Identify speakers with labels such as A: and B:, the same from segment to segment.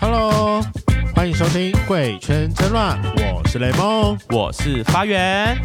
A: Hello，欢迎收听《贵圈真乱》，我是雷梦。
B: 我是发源。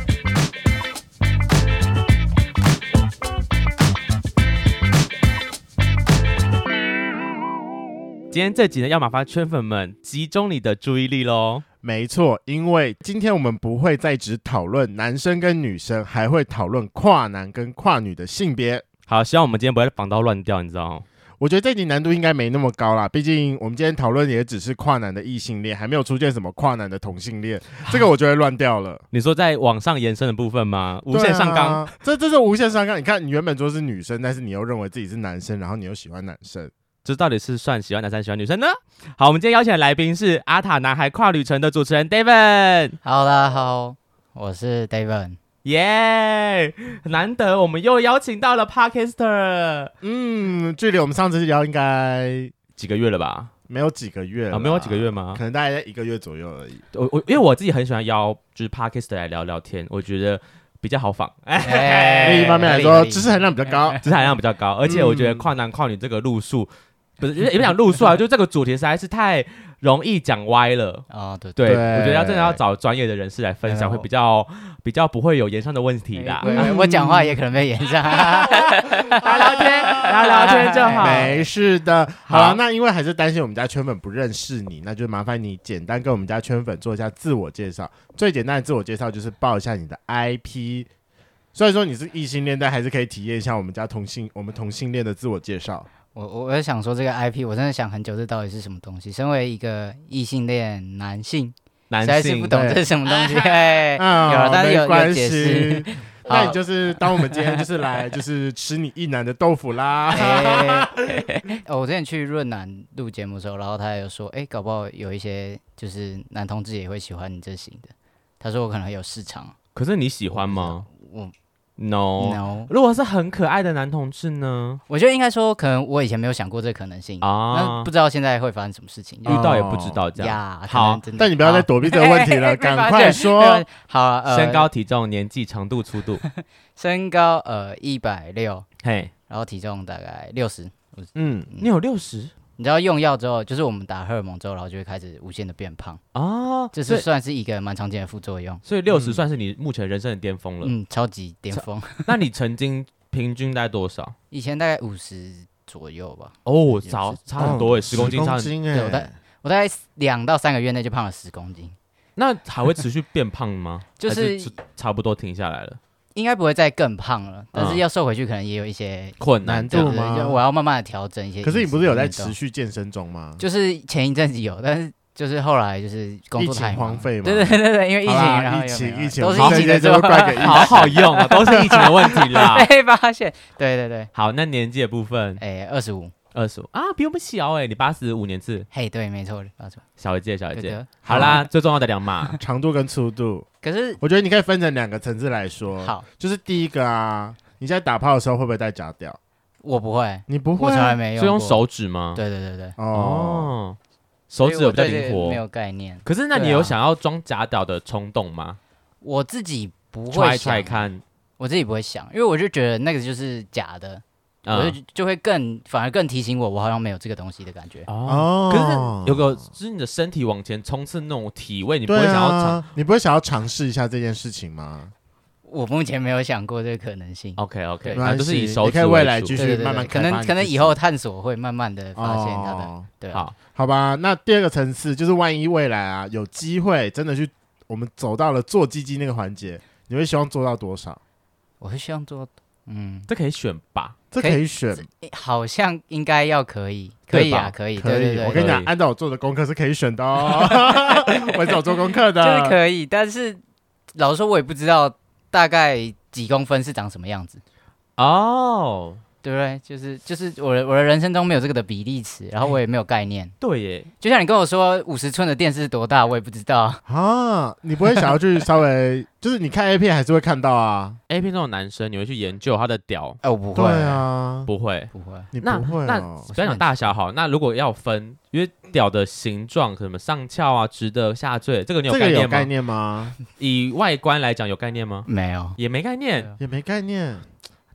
B: 今天这集呢，要麻烦圈粉们集中你的注意力喽。
A: 没错，因为今天我们不会再只讨论男生跟女生，还会讨论跨男跟跨女的性别。
B: 好，希望我们今天不会防到乱掉，你知道吗？
A: 我觉得这集难度应该没那么高啦，毕竟我们今天讨论也只是跨男的异性恋，还没有出现什么跨男的同性 恋，这个我就会乱掉了。
B: 你说在往上延伸的部分吗？无限上纲、
A: 对啊这这是无限上纲。你看，你原本说是女生，但是你又认为自己是男生，然后你又喜欢男生。
B: 这到底是算喜欢男生喜欢女生呢？好，我们今天邀请的来宾是阿塔男孩跨旅程的主持人 David，
C: Hello，大家好，我是 David。
B: 耶难得我们又邀请到了 Parkster，
A: 嗯，距离我们上次聊应该
B: 几个月了吧？
A: 没有几个月
B: 啊，
A: 了
B: 没有几个月吗
A: 可？能大概在一个月左右而已。
B: 我我因为我自己很喜欢邀就是 podcast 来聊聊天，我觉得比较好 访，哎，
A: 另
C: 另
A: 一方面来说，知识含量比较高。
C: 哎
B: 知识含量比较高，而且我
C: 嗯
B: 觉得跨男跨女这个路数，不是也不是讲路数 啊，就这个主题实在是太容易讲歪了。
C: 啊，对
B: 对，
A: 对
B: 我觉得要真的要找专业的人士来分享，
C: 没
B: 会
C: 有
B: 比较比较不会有延上的问题啦。
C: 我我我讲话也可能被延上。
B: 大家聊天，大家聊天就好。
A: 没事的，好
B: 好
A: 了，那因为还是担心我们家圈粉不认识你，那就麻烦你简单跟我们家圈粉做一下自我介绍。最简单的自我介绍就是报一下你的 IP。虽然说你是异性恋，但还是可以体验一下我们家同性我们同性恋的自我介绍。
C: 我我我想说这个 IP，我真的想很久，这到底是什么东西？身为一个异性恋男性，实在
B: 男
C: 是
B: 性
C: 不懂这是什么东西。 哎，
A: 啊，
C: 有了但是有
A: 没关
C: 有解
A: 系
C: 释。
A: 那你
C: 好
A: 就是当我们今天就是来就是吃你一男的豆腐啦。
C: 哎哦我之前去润南录节目的时候，然后他有说，哎，搞不好有一些就是男同志也会喜欢你这型的。他说我可能很有市场。
B: 可是你喜欢吗
C: 我
B: ？No。
C: no，
B: 如果是很可爱的男同志呢？
C: 我觉得应该说，可能我以前没有想过这个可能性，
B: 啊
C: 那不，知道现在会发生什么事情。
A: 哦
B: 遇到也不知道这样。
C: 呀，可
B: 好
C: 能真的
A: 但你不要再哦
C: 好
A: 躲避这个问题了，
C: 被
A: 赶
C: 发
A: 快
C: 现哎没
A: 说
C: 有。好啊，呃
B: 身高、体重、年纪、长度、粗 度，
C: 身高呃一百六，
B: 嘿，
C: 然后体重大概六十。
A: 嗯，
B: 你有六十
C: 你知道用药之后，就是我们打荷尔蒙之后，然后就会开始无限的变胖，
B: 啊？
C: 这
B: 所
C: 是
B: 以
C: 算是一个蛮常见的副作用。
B: 所以六十算是你目前人生的巅峰了。
C: 嗯，超级巅峰，
B: 那你曾经平均大概多少？
C: 以前大概五十左右吧，
B: 哦，
C: 是
B: 少差很多诶，十公斤差
A: 公
B: 很。
A: 斤
C: 对我大
A: 哎。
C: 我大概两到三个月内就胖了十公斤，
B: 那还会持续变胖 吗？
C: 就
B: 还
C: 是
B: 是差不多停下来了，
C: 应该不会再更胖了，但
B: 嗯
C: 是要瘦回去可能也有一些
B: 困
A: 难
B: 难
A: 啊度
B: 这样
C: 对
A: 吗
C: 就我要慢慢的调整一些饮食
A: 可
C: 跟运动。
A: 是你不是有在持续健身中吗？
C: 就是前一阵子有，但是就是后来就是工
A: 疫
C: 作太
A: 情
C: 忙
A: 荒废吗？
C: 对对对对，因为疫情，
A: 好啦
C: 然后
A: 疫
C: 又
A: 情
C: 没有
A: 疫情
C: 都是
A: 我们
C: 疫情
A: 这一
C: 的
A: 集
C: 时候
A: 就怪给疫情
B: 好好用 啊，都是疫情的问题啦。
C: 被发现。对对对，
B: 好，那年纪的部分，
C: 哎，二十五，
B: 二十五啊，比我们小哎，你八十五年次，
C: 嘿，对，没错，二十五，
B: 小一届，小一
C: 对
B: 届。
C: 的。
B: 好啦，最重要的两码，
A: 长度跟粗度，
C: 可是
A: 我觉得你可以分成两个层次来说。，
B: 哦
C: 好，
A: 就是第一个啊，你在打炮的时候会不会戴假屌？
C: 我不会，
A: 你不
C: 我
A: 会
C: 从来
A: 啊
C: 没有，
B: 是用。手指吗？
C: 对对对对，
A: 哦。
B: 哦，手
C: 所以
B: 指有
C: 我
B: 比较
C: 对这
B: 灵
C: 个
B: 活，
C: 没有概念。
B: 可是，那
C: 对
B: 你有
C: 啊
B: 想要装假屌的冲动吗？
C: 我自己不
B: 踹
C: 会
B: 一踹
C: 想，
B: 看，
C: 我自己不会想，因为我就觉得那个就是假的，我
B: 嗯
C: 就就会更反而更提醒我，我好像没有这个东西的感觉。
B: 哦，
A: 哦，
B: 可是有个就是你的身体往前冲刺那种体位，你不
A: 对
B: 会
A: 啊，
B: 想要尝
A: 你不会想要尝试一下这件事情吗？
C: 我目前没有想过这个可能性。
B: ？OK OK，
C: 对啊
B: 反正啊就是以
A: 没关系
B: 手
A: 你可
B: 指
A: 以未
B: 为
A: 来
B: 主
A: 继续
C: 对对对
A: 慢慢
C: 对，可
A: 开发你
C: 能可能
A: 自己
C: 以后探索会慢慢的发现它的，
A: 哦
C: 对啊，
B: 好，
A: 好吧，那第二个层次就是，万一未来啊有机会真的去，我们走到了做鸡鸡那个环节，你会希望做到多少？
C: 我会希望做，嗯，
B: 这可以选吧？
A: 这
C: 可以
A: 可以选，
C: 诶好像应该要可以，可以
B: 对吧
C: 啊，可以，
A: 可
C: 对对
A: 以。
C: 对，
A: 我跟你讲
B: 可，以
A: 按照我做的功课是可以选的 哦，我是有做功课
C: 就是
A: 的。
C: 可以，但是老实说，我也不知道大概几公分是长什么样子，
B: 哦，
C: 对不对？就是就是我的我的人生中没有这个的比例尺，然后
A: 嗯
C: 我也没有概念。
B: 对耶，
C: 就像你跟我说五十寸的电视多大，我也不知道。
A: 啊，你不会想要去稍微， 就是你看 A 片还是会看到啊？
B: A 片这种男生，你会去研究他的屌？
C: 哎，我不
A: 对
C: 会，
A: 啊，
B: 不会。
C: 不会，
A: 你不
B: 那
A: 会
B: 那
A: 哦。
B: 不要讲大小好，那如果要分，因为屌的形状，什么上翘啊、直的、下坠，这个你有
A: 这个
B: 概
A: 有
B: 念
A: 概
B: 吗？
A: 念吗？
B: 以外观来讲，有概念吗？
C: 没有。？
B: 也没概念。
A: 也没概念。。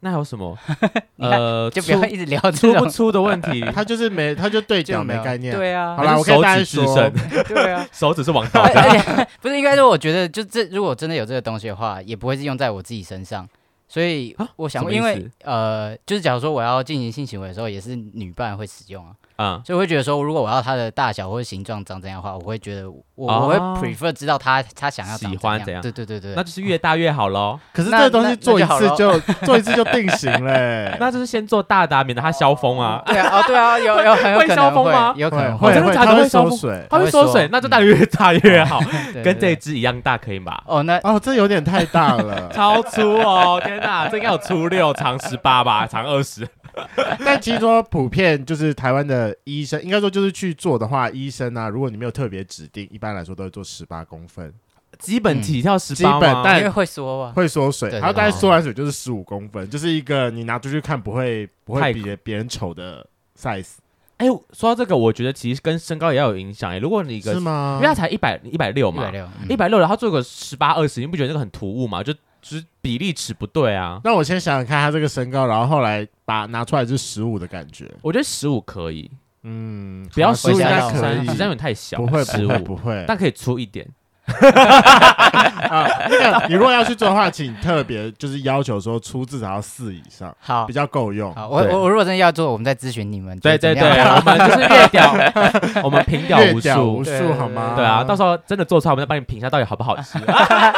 B: 那还有什么
C: 啊 你看
B: 呃，
C: 就不要
B: 出
C: 一直聊这
B: 出不
C: 种，
B: 出的问题
A: 他就是没，他就对
C: 嗯就
A: 讲
C: 没
A: 没
C: 有
A: 概念。，
B: 对 啊，
A: 好啦
B: 还是
A: 我跟
B: 手
A: 大家
B: 指制
A: 说
B: 胜，
C: 对啊。
B: 手指是王道
C: 而。 而且不是应该说，我觉得就这，如果真的有这个东西的话，也不会是用在我自己身上。所以
B: 啊
C: 我想过，
B: 什
C: 因
B: 么意
C: 为
B: 思
C: 呃，就是假如说我要进行性行为的时候，也是女伴会使用啊，
B: 啊，
C: 所以我会觉得说，如果我要它的大小或者形状长怎样的话，我会觉得我、我会
B: 哦
C: prefer 知道它它想要
B: 喜
C: 长
B: 欢怎
C: 怎
B: 样
C: 对对对对，
B: 那就是越大越好喽。
A: 可是这
C: 那
A: 个东西
C: 那
A: 做一
C: 那就好
A: 次
C: 咯
A: 就做一次就定型欸 嘞。
B: 那就是先做大的啊，免得它消风啊。
C: 对啊，哦对啊，有有很有
B: 会
C: 可
B: 消
C: 能
B: 风吗
C: 会，有可能
A: 会
B: 真的
A: 会，
B: 假的
A: 它
B: 会
A: 会
B: 收
A: 缩
B: 腹
A: 水。
B: 它会缩嗯水，那就当然越大越好，
C: 对
B: 跟这
C: 对
B: 一
C: 对
B: 只一样大，可以吧？
C: 哦那
A: 哦，这有点太大 了。
B: 超粗哦！天哪，这应该有粗六，长十八吧， 长二十。
A: 但其实说普遍就是台湾的医生，应该说就是去做的话，医生啊，如果你没有特别指定，一般来说都会做十八公分，
B: 基本起跳
A: 嗯
B: 十
A: 基
B: 八
A: 本
B: 吗？
A: 但
C: 因为会说啊，
A: 会缩水，
C: 对对
A: 然后大概
C: 对
A: 缩完水就是十五公分，就是一个你拿出去看不会不会
B: 太
A: 比别人丑的 size，
B: 哎、说到这个，我觉得其实跟身高也要有影响哎、如果你一个，
A: 是
B: 因
A: 吗
B: 为？他才一百一百六
C: 一百
B: 嘛，
C: 六，
A: 嗯
C: 嗯
B: 一百六，然后做个十八二十，你不觉得这个很突兀吗？就就是比例尺不对啊。
A: 那我先想想看他这个身高，然后后来把拿出来是十五的感觉，
B: 我觉得十五可以，
A: 嗯，
B: 不要
A: 十
B: 十
A: 五
B: 五
A: 应
C: 吓
A: 该
C: 到
A: 可
C: 我
A: 以，
B: 十三有点太小，
A: 不会
B: 十
A: 不会
B: 五，
A: 不会。
B: 但可以粗一点。
A: 啊，那 个你如果要去做的话，请特别就是要求说出至少要四以上，
C: 好
A: 比较够用。
C: 好，我
B: 对
C: 我我如果真的要做，我们再咨询你们，
B: 对对
C: 觉得
B: 对，啊
C: 怎么样
B: 我们 就是越屌，我们平屌
A: 越
B: 无
A: 屌无
B: 数。
A: 数嗯好吗？
B: 对啊，到时候真的做出来，我们再帮你评一下到底好不好吃，啊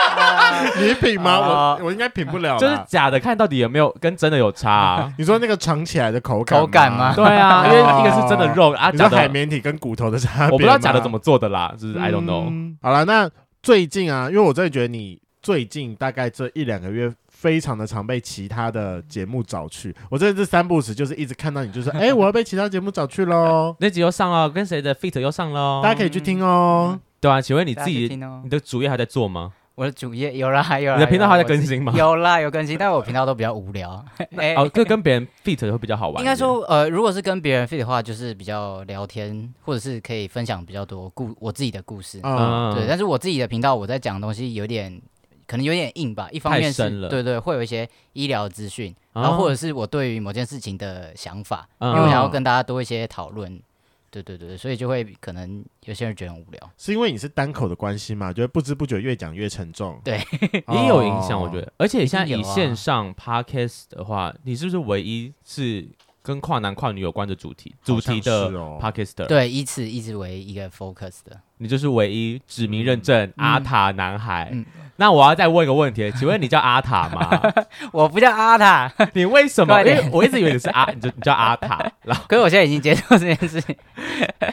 A: 你品吗？
C: 啊
A: 我我应该品不了啦。
B: 就是假的，看到底有没有跟真的有差 啊。
A: 你说那个尝起来的口感，
C: 口感吗
B: 对啊，因为一个是真的肉啊，
A: 哦你说
B: 假
A: 海
B: 的，
A: 绵体跟骨头的差别吗，
B: 我不知道假的怎么做的啦，就是 I don't know。
A: 嗯好了，那最近啊，因为我真的觉得你最近大概这一两个月。非常的常被其他的节目找去，我真的是三不时就是一直看到你，就是哎、我要被其他节目找去喽，
B: 那集又上了，跟谁的 fit 又上了？
A: 大家可以去听哦。
B: 对啊，请问你
C: 大
B: 自
C: 家可
B: 己
C: 以听哦
B: 你的主页还在做吗？
C: 我的主页有啦 有啦，
B: 你的频道还在
C: 有啦啊
B: 更新吗？
C: 有啦有更新，但我频道都比较无聊。 哎
B: 哦，这跟别人 fit 会比较好玩。
C: 应该，说，呃，如果是跟别人 fit 的话，就是比较聊天，或者是可以分享比较多故我自己的故事。
A: 嗯，
C: 对，但是我自己的频道我在讲的东西有点，可能有点硬吧。一方
B: 太
C: 面是
B: 深了
C: 对对，会有一些医疗资讯，
B: 啊
C: 然后或者是我对于某件事情的想法，
B: 嗯
C: 因为我想要
A: 嗯
C: 跟大家多一些讨论。对对对，所以就会可能有些人觉得很无聊。
A: 是因为你是单口的关系嘛，就会不知不觉越讲越沉重。哦
C: 对，
B: 也有影响，我觉。得。而且现在
C: 一定
B: 以
C: 有啊
B: 线上 podcast 的话，你是不是唯一是跟跨男跨女有关的主题主题的
A: 好像是哦
B: podcaster？
C: 对，以此一直为一个 focus 的。
B: 你就是唯一指名认证阿塔男孩
C: 嗯。
B: 那我要再问一个问题，请问你叫阿塔吗？
C: 我不叫阿塔，
B: 你为什么？
C: 快
B: 因
C: 点
B: 为我一直以为你是阿，你就你叫阿 塔，然后
C: 可是我现在已经接受这件事情。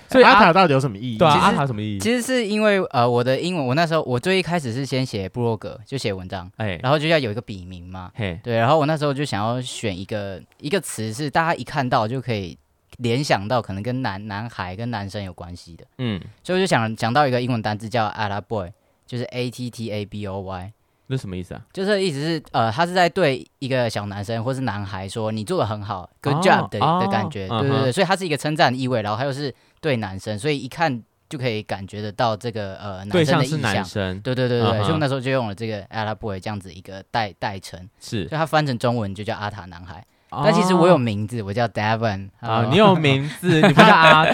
B: 所以
A: 阿
B: 阿
A: 塔到底有什么意义？
B: 对啊，
C: 其实
B: 阿塔什么意义？
C: 其实是因为呃，我的英文，我那时候我最一开始是先写部落格，就写文章，
B: 哎，
C: 然后就要有一个笔名嘛，
B: 嘿，
C: 对，然后我那时候就想要选一个一个词是大家一看到就可以联想到，可能跟男男孩跟男生有关系的，
B: 嗯，
C: 所以我就想想到一个英文单字叫 a t a boy，就是 A T T A B O Y，
B: 那什么意思啊？
C: 就是意思是呃，他是在对一个小男生或是男孩说你做的很好，good job 的、
B: 哦
C: 的感觉，
B: 嗯
C: 对对
B: 哼
C: 对，所以它是一个称赞的意味，然后它又是对男生，所以一看就可以感觉得到这个呃
B: 对
C: 男生
B: 象
C: 的
B: 是
C: 意
B: 男
C: 向。
B: 生，
C: 对对对对
B: 嗯哼
C: 所以我那时候就用了这个 a t a boy 这样子一个代代称，
B: 是。
C: 所以它翻成中文就叫阿塔男孩。但其实我有名字，我叫 Devon
B: 啊，哦你有名字，你不叫阿
A: 而 且他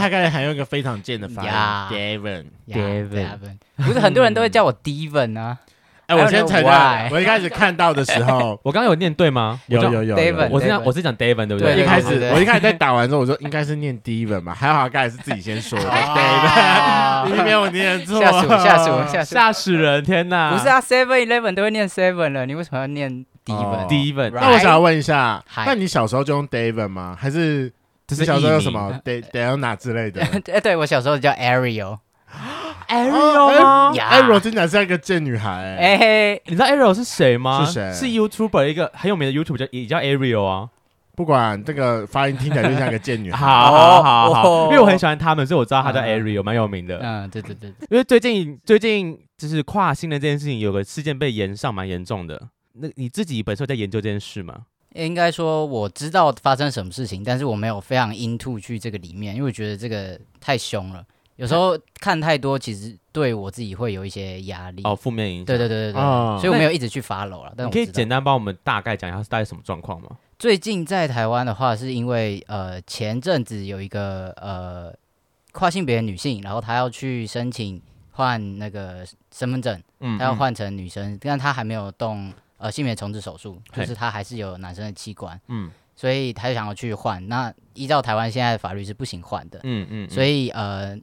B: 塔，
A: 刚才还用一个非常贱的
C: 呀
A: 发音，Gavin。
B: Devon，
C: Devon，不是很多人都会叫我 Devon 啊
A: 哎，
C: I
A: 我
C: don't
A: 先
C: know
A: 承
C: why
A: 认，我一开始看到的时候
B: 我刚刚有念对吗？
A: 有
B: 我叫
A: 有有，
C: David
A: 我
B: 我是讲
C: Devon
B: 我是讲 David 对不
C: 对
A: 一
B: 对？
A: 开
C: 对
A: 始
C: 对
A: 我一开始在打完之后，我说应该是念 Devon 吧，还好他刚才是自己先说 的
C: 啊
A: David，以免我念错。
C: 下属下属下属，
B: 吓死人！天哪，
C: 不是啊，Seven Eleven 都会念 Seven 了，你为什么要念 Devon？
A: 哦
B: David，
A: 那我想要问一下，
C: Hi
A: 那你小时候就用 David 吗？还是你
B: 这是
A: 小时候有
B: 艺
A: 什
B: 名
A: 么 d a n a 之 类的
C: 哎， 对我小时候叫 Ariel，哦哎
B: Ariel 吗？
C: 呀
A: ？Ariel 听起来是一个贱女孩，哎，
C: 哎嘿，
B: 你知道 Ariel 是谁吗？
A: 是谁
B: 是 YouTuber 一个很有名的 YouTuber 叫也叫 Ariel 啊。
A: 不管这个发音听起来就像一个贱女孩。
B: 好好好好，
C: 哦
B: 因为我很喜欢他们，所以我知道他叫
C: 嗯
B: Ariel，蛮有名的。
C: 嗯，对对对，对
B: 因为最近最近就是跨性的这件事情，有个事件被延上，蛮严重的。那你自己本身有在研究这件事吗？
C: 应该说我知道发生什么事情，但是我没有非常 into 去这个里面，因为我觉得这个太凶了。有时候看太多，其实对我自己会有一些压力。
B: 哦，，负面影响。
C: 对对对对对，
A: 啊
C: 所以我没有一直去发楼了。但
B: 你
C: 我
B: 可以
C: 知道
B: 简单帮我们大概讲一下是大概什么状况吗？
C: 最近在台湾的话，是因为呃前阵子有一个呃跨性别的女性，然后她要去申请换那个身份证，
B: 嗯
C: 她要换成女生，但她还没有动呃性别重置手术，就
B: 嘿
C: 是她还是有男生的器官，
B: 嗯
C: 所以她就想要去换。那依照台湾现在的法律是不行换的，
B: 嗯嗯，
C: 所
B: 以
C: 以呃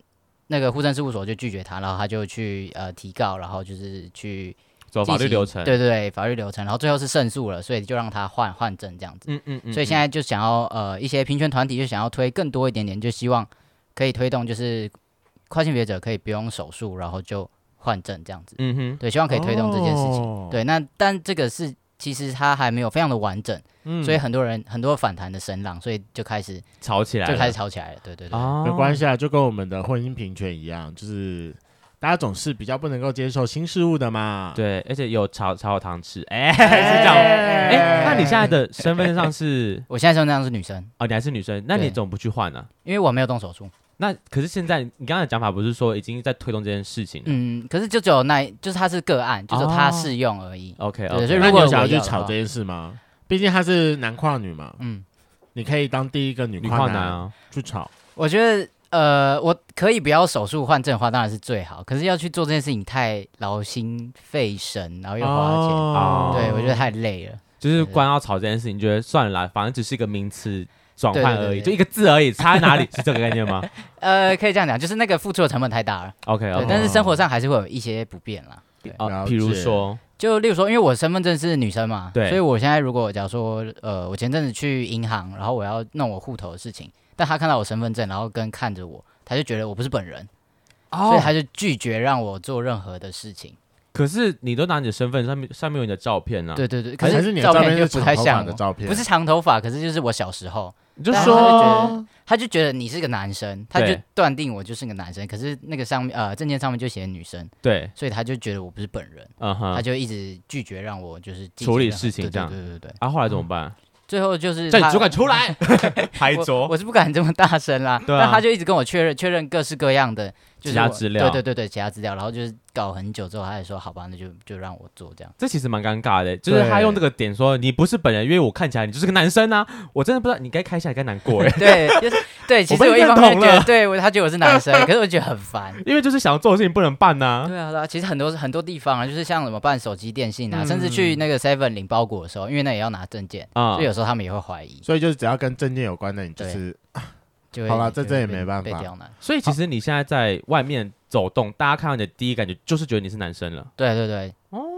C: 那个护政事务所就拒绝她，然后她就去呃提告，然后就是去
B: 走哦法律
C: 进行
B: 流程。，
C: 对对对，法律流程，然后最后是胜诉了，所以就让她换换证这样子。
B: 嗯嗯嗯。
C: 所以现在就想要呃一些平权团体就想要推更多一点点，就希望可以推动就是跨性别者可以不用手术，然后就换证这样子。
B: 嗯哼，
C: 对，希望可以推动这件事情。
A: 哦，
C: 对，那但这个是其实它还没有非常的完整，
A: 嗯
C: 所以很多人很多反弹的声浪，所以就开始
B: 吵起来了，
C: 就开始吵起来了。对对对，
B: 啊，
A: 没关系啊，就跟我们的婚姻平权一样，就是大家总是比较不能够接受新事物的嘛。，
B: 对，而且有炒炒有糖吃，哎、是这样。哎、那你现在的身份证上 是
C: 我现在身份证是女生，
B: 哦，你还是女生，那你
C: 对
B: 怎么不去换呢、
C: 因为我没有动手术。
B: 那可是现在你刚才的讲法不是说已经在推动这件事情了、
C: 嗯，可是就只有那就是它是个案，就只有它
B: 哦
C: 适用而已。
B: o k
C: 对
B: o k
C: 所以
A: 那
C: 如
A: 你
C: 果
A: 有想要
C: 我
A: 去
C: 要
A: 炒
C: 的话
A: 这件事吗？毕竟他是男跨女嘛，
C: 嗯。
A: 你可以当第一个女
B: 女
A: 跨
B: 跨男啊，
A: 去炒。
C: 我觉得呃，我可以不要手术换证的话，当然是最好。可是要去做这件事情太劳心费神，然后又花钱，
A: 哦
C: 对我觉得太累了。
B: 就是光要吵这件事情，你觉得算了啦，反正只是一个名词转
C: 对
B: 换
C: 对对
B: 而已，
C: 对
B: 就一个字而已，差在哪里是这个概 念吗
C: 呃，可以这样讲，就是那个付出的成本太大了。
B: ？OK
C: 对，
B: OK，
C: 但是生活上还是会有一些不便啦。
B: 啊，
A: 了
B: 比如
A: 解
B: 说，
C: 就例如说，因为我身份证是女生嘛，
B: 对
C: 所以我现在如果假如说，呃，我前阵子去银行，然后我要弄我户头的事情，但他看到我身份证，然后跟看着我，他就觉得我不是本人，
A: 哦
C: 所以他就拒绝让我做任何的事情。
B: 可是你都拿你的身份上面上面有你的照片呢、啊，
C: 对对对，可
A: 还是你的
C: 照
A: 照
C: 片
A: 片
C: 就是
A: 长
C: 不太
A: 头发
C: 像
A: 的
C: 我。
A: 照片，
C: 不是长头发，可是就是我小时候，
B: 你就
C: 但是
B: 说
C: 他就觉得他就觉得你是个男生，他就
B: 对
C: 断定我就是个男生。可是那个上面呃证件上面就写女生，
B: 对，
C: 所以他就觉得我不是本人，
B: 嗯
C: 他
B: 哼，
C: 就一直拒绝让我就是进行
B: 处理
C: 任何
B: 事情
C: 对对
B: 这样
C: 对对对对，
B: 啊，后来怎么办？
C: 最后就是
B: 叫
C: 他
B: 你主管出 来拍
C: 我
B: 桌，
C: 我是不敢这么大声啦，
B: 哎对啊
C: 但他就一直跟我确认确认各式各样的就是
B: 其他
C: 我
B: 资料
C: 对对对对，其他资料，然后就是搞很久之后，他还说好吧，那就就让我做 这样。，
B: 这其实蛮尴尬的，就是他用这个点说你不是本人，因为我看起来你就是个男生啊，我真的不知道你该开心还该难过哎
C: 对，就是对，其实
B: 我被
C: 我一
B: 认
C: 方面
B: 同
C: 觉得
B: 了
C: 对我他觉得我 是男生，可是我觉得很烦。
B: 因为就是想要做的事情不能办呐、
C: 对啊，对啊，其实很多很多地方啊，就是像什么办手机电信啊，
B: 嗯
C: 甚至去那个 Seven 领包裹的时候，因为那也要拿证件，
B: 啊
C: 所以。有时候他们也会怀疑，
A: 所以就是只要跟证件有关的，你就是
C: 就会
A: 好啦
C: 就会
A: 这这也
C: 被
A: 没办法
C: 被刁难。
B: 所以其实你现在在外面走动，大家看到你的第一感觉就是觉得你是男生了。
C: 对对对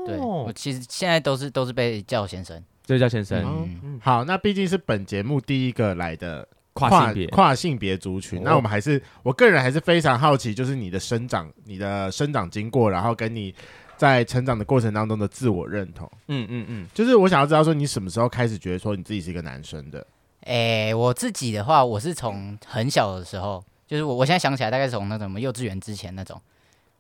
C: 对，我
B: 哦，
C: 其实现在都是都是被叫先生，
B: 这就叫先生，
C: 嗯，
B: 嗯，
A: 好。那毕竟是本节目第一个来的
B: 跨性别。
A: 跨性别族群，
B: 哦
A: 那我们还是我个人还是非常好奇，就是你的生长、你的生长经过，然后跟你在成长的过程当中的自我认同。
B: 嗯嗯嗯，
A: 就是我想要知道说，你什么时候开始觉得说你自己是一个男生的？
B: 嗯
C: 诶，我自己的话，我是从很小的时候，就是我我现在想起来，大概是从那种什么幼稚园之前那种，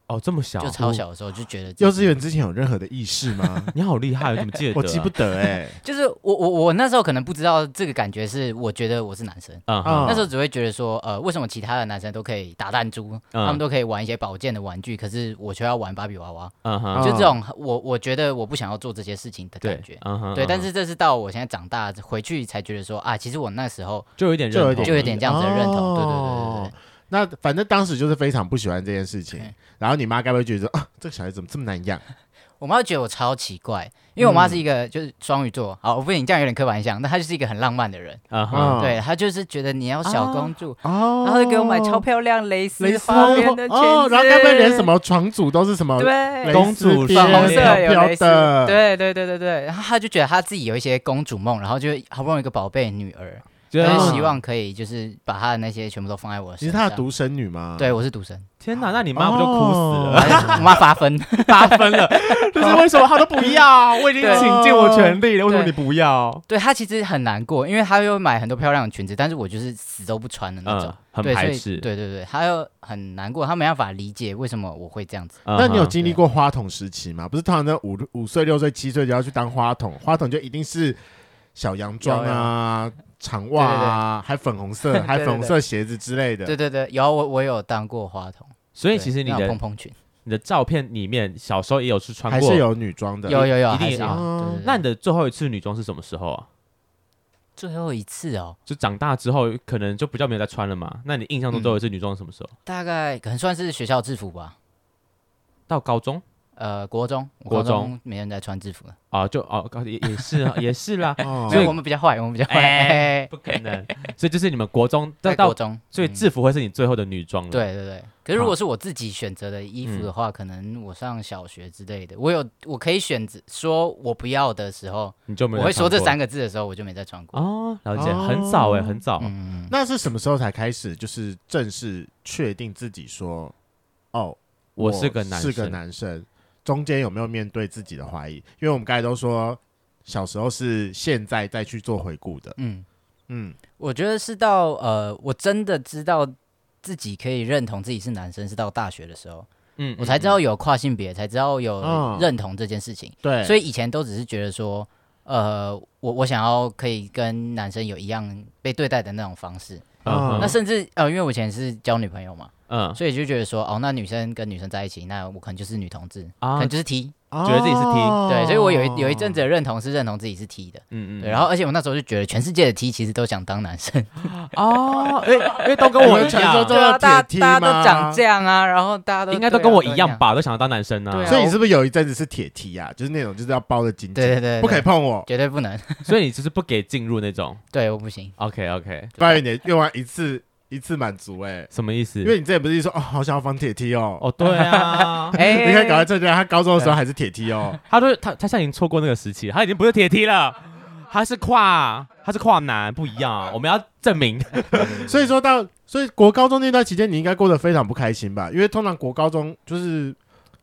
B: 哦，这么小，
C: 就超小的时候就觉得自己
A: 幼稚园之前有任何的意识吗？
B: 你好厉害，怎么记得、啊？
A: 我记不得哎、
C: 就是我我我那时候可能不知道这个感觉是，我觉得我是男生。
B: 嗯
A: 啊
B: 哼
C: 那时候只会觉得说，呃，为什么其他的男生都可以打弹珠，
B: 嗯
C: 他们都可以玩一些宝剑的玩具，可是我却要玩芭比娃娃，
B: 嗯哼，
A: 啊
C: 就这种我我觉得我不想要做这些事情的
B: 对
C: 感觉。
B: 嗯哼，
C: 对，
B: 嗯
C: 但
B: 哼
C: 是这是到我现在长大回去才觉得说啊，其实我那时候
B: 就有一点
A: 就有
B: 认
A: 点
B: 同，
C: 就有点这样子的认同，对对对
A: 哦
C: 对对对，
A: 那反正当时就是非常不喜欢这件事情
C: 对，
A: 然后你妈该不会觉得说啊，这个小孩怎么这么难养？
C: 我妈觉得我超奇怪，因为我妈是一
A: 嗯
C: 个就是双鱼座，好，我不行，这样有点刻板印象，但她就是一个很浪漫的人，
B: 嗯哼，
A: 哦
C: 对她就是觉得你要小公主，
A: 哦
C: 然后就给我买超漂亮蕾丝花边的裙子，
A: 哦，然后该不会连什么床组都是什么
C: 对
A: 蕾
B: 公
A: 丝
B: 主
A: 边
B: 粉红
A: 飘飘
B: 色
A: 的，
C: 对对对对对，然后他就觉得他自己有一些公主梦，然后就好不容易有一个宝贝女儿，
B: 就哦
C: 他
A: 对
C: 就
A: 啊
C: 希望可以就是把他的那些全部都放在我的
A: 你
C: 身
A: 是
C: 上。
A: 他的独生啊女吗？
C: 对，我是独生，
B: 天哪，那你妈不就哭死了？
A: 哦
C: 我妈 发疯。
B: 八分了， 就是为什么他都不要？我已经
C: 对啊
B: 倾尽我全力了，为什么
C: 对
B: 你不要？
C: 对他其实很难过，因为他又买很多漂亮的裙子，但是我就是死都不穿的那种
B: 嗯，，很
C: 对，所
B: 排
C: 以
B: 斥。
C: 对对对，他又很难过，他没办法理解为什么我会这样子。
B: 嗯哼，
A: 那你有经历过花童时期吗？不是通常在五五岁、六岁、七岁就要去当花童，花童就一定是小洋装啊、长袜啊，还粉红 色，还粉红色鞋子之类的
C: 对。对对，有啊我我有当过花童，
B: 所以
C: 对
B: 其实你
C: 那种
B: 的
C: 蓬蓬裙
B: 你的照片里面小时候也有去穿
A: 还
B: 过，
A: 是有女装的，
C: 有有有
B: 一定
C: 还是有。
A: 啊
C: 对对对
B: 那你的最后一次女装是什么时候啊？
C: 最后一次哦，
B: 就长大之后可能就比较没有再穿了嘛。那你印象中
C: 嗯
B: 最后一次女装是什么时候？
C: 大概可能算是学校制服吧。
B: 到高中
C: 呃，国中，我
B: 国
C: 国中没人在穿制服了，
B: 啊，就哦，高也也是啊也是 啦，
A: 哦
C: 所
B: 所以
C: 以我们比较坏，我们比较坏。
B: 哎不可能。所以就是你们国中到
C: 在国
B: 到，
C: 中，
B: 所以
C: 嗯
B: 制服会是你最后的女装了。，
C: 对对对，可是如果是我自己选择的衣服的话，可能我上小学之类的，我有我可以选择说我不要的时候，
B: 你就没有
C: 我会
B: 再穿
C: 说这
B: 过
C: 三个字的时候，我就没再穿过。
B: 哦，了解，
A: 哦
B: 很早哎，很早。
C: 嗯，
A: 那是什么时候才开始就是正式确定自己说，哦，
B: 我是个男
A: 是
B: 生，
A: 个男生，中间有没有面对自己的怀疑？因为我们刚才都说小时候是现在再去做回顾的，
C: 嗯，
A: 嗯，
C: 我觉得是到呃，我真的知道自己可以认同自己是男生，是到大学的时候，
B: 嗯，
C: 我才
B: 嗯
C: 知
B: 哦
C: 道有跨性别，才知道有
A: 嗯
C: 认同这件事情。
A: 对，
C: 所
A: 以
C: 以以前都只是觉得说，呃，我我想要可以跟男生有一样被对待的那种方式。
A: 嗯
C: 那甚至呃，因为我以前是交女朋友嘛，
B: 嗯
C: 所以就觉得说，哦，那女生跟女生在一起，那我可能就是女同志，可
B: 啊
C: 能，就是 T。
A: 觉
B: 得自己是 T
A: 哦
C: 对，所以我有一有一阵子的认同是认同自己是 T 的。
B: 嗯嗯，
C: 对，然后而且我那时候就觉得全世界的 T 其实都想当男生，
B: 哦，因为因为都跟
A: 你
B: 我一
A: 们传说
B: 样，
A: 中的
C: 啊大
A: 铁 T
C: 家大家
A: 吗
C: 都长这样啊，然后大家都
B: 应该都
C: 对啊
B: 跟我一
C: 一
B: 样？吧，都想要当男生
C: 对
B: 呢
C: 啊。
A: 所以你是不是有一阵子是铁 T 啊？就是那种就是要包的紧紧，
C: 对对对，
A: 不可以
C: 对，
A: 碰我。
C: 绝对不能，
B: 所以你就是不给进入那种。
C: 对，我 不行。，
B: OK OK，
A: 不然你的愿望一次一次满足哎、
B: 什么意思？
A: 因为你之前不是说哦，好想要防铁 T 哦，
B: 哦，对啊
C: 哎，
A: 你看搞到这样，他高中的时候还是铁 T 哦，
B: 他都他他现在已经错过那个时期，他已经不是铁 T 了，他是跨他是跨男，不一样。我们要证明
A: 所以说到所以国高中那段期间，你应该过得非常不开心吧？因为通常国高中就是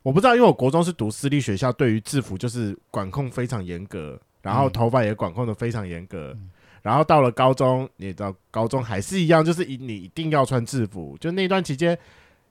A: 我不知道，因为我国中是读私立学校，对于制服就是管控非常严格，然后
C: 嗯
A: 头发也管控的非常严格。
C: 嗯
A: 然后到了高中，你也知道，高中还是一样，就是一你一定要穿制服。就那段期间，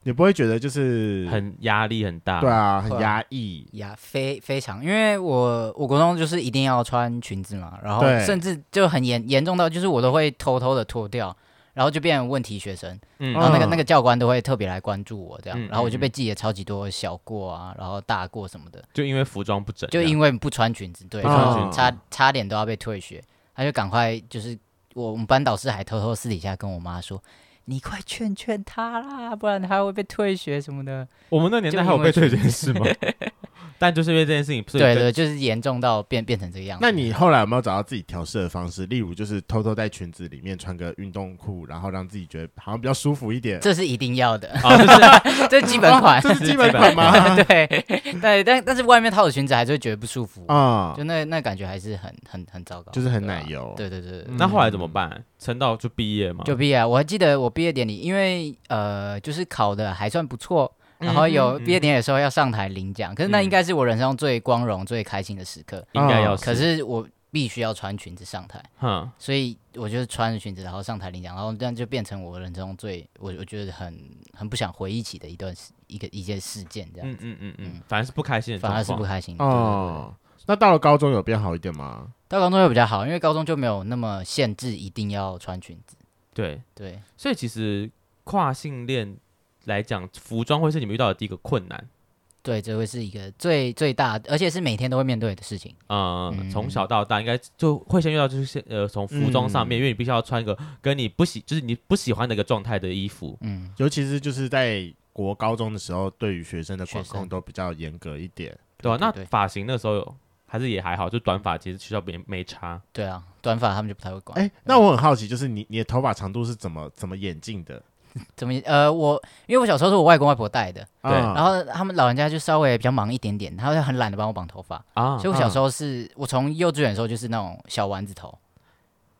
A: 你不会觉得就是
B: 很压力很大。
A: 对，啊，
C: 会
A: 很
C: 啊
A: 压抑。
C: 呀，非非常，因为我我国中就是一定要穿裙子嘛，然后
A: 对
C: 甚至就很严严重到就是我都会偷偷的脱掉，然后就变成问题学生，
B: 嗯
C: 然后那个、
A: 嗯
C: 那个教官都会特别来关注我这样，
B: 嗯
C: 然后我就
B: 嗯
C: 被记了超级多小过啊，然后大过什么的，
B: 就因为服装不整这
C: 就
B: 样，
C: 因为不穿裙子，对，
A: 不
B: 穿
C: 差
B: 裙子
C: 差差点都要被退学，他就赶快就是我我们班导师还偷偷私底下跟我妈说。你快劝劝他啦，不然他会被退学什么的。
B: 我们那年代还有被退这件事 吗？但就是因为这件事情，所以
C: 对
B: 就
C: 对，就是严重到变变成这个样子。
A: 那你后来有没有找到自己调试的方式？例如，就是偷偷在裙子里面穿个运动裤，然后让自己觉得好像比较舒服一点。
C: 这是一定 要的，
B: 啊，就是
C: 这基本款。
A: 这是基本款吗？
C: 对，对，但但是外面套着裙子还是会觉得不舒服，
A: 啊、
C: 就那那感觉还是很很很糟糕，
A: 就是很
C: 对啊
A: 奶油
C: 对对对，对
B: 嗯那后来怎么办？撑到就毕业嘛，
C: 就毕业啊，我还记得我毕业典礼，因为呃，就是考的还算不错，然后有毕业典礼的时候要上台领奖，可是那应该是我人生中最光荣、最开心的时刻。
B: 应该要
C: 啊可是我必须要穿裙子上台，
B: 哼，
C: 所以我就是穿着裙子，然后上台领奖，然后这样就变成我人生中最我我觉得很很不想回忆起的一段时一个一件事件，这样
B: 嗯嗯嗯嗯
C: 嗯，
B: 反正是不开心的
C: 反而
B: 状
C: 是不
B: 况。
C: 开心。对对对
A: 哦，那到了高中有变好一点吗？
C: 到高中会比较好，因为高中就没有那么限制一定要穿裙子。
B: 对，
C: 对，
B: 所以其实跨性恋来讲，服装会是你们遇到的第一个困难。
C: 对，这会是一个最最大，而且是每天都会面对的事情。
B: 嗯，
C: 嗯
B: 从小到大应该就会先遇到就是先呃，从服装上
A: 嗯
B: 面，因为你必须要穿一个跟你不喜，就是你不喜欢的一个状态的衣服。
C: 嗯，
A: 尤其是就是在国高中的时候，对于学生的管
C: 学
A: 控
C: 生
A: 都比较严格一点。
B: 对吧、
C: 对对
B: 那发型那时候有还是也还好，就短发其实学校没没差。
C: 对啊，短发他们就不太会管。
A: 哎、那我很好奇，就是你你的头发长度是怎么怎么演进的？
C: 怎么呃，我因为我小时候是我外公外婆带的，
B: 对
A: 啊
C: 然后他们老人家就稍微比较忙一点点，他会很懒得帮我绑头发，
B: 啊
C: 所以我小时候是我从幼稚园的时候就是那种小丸子头，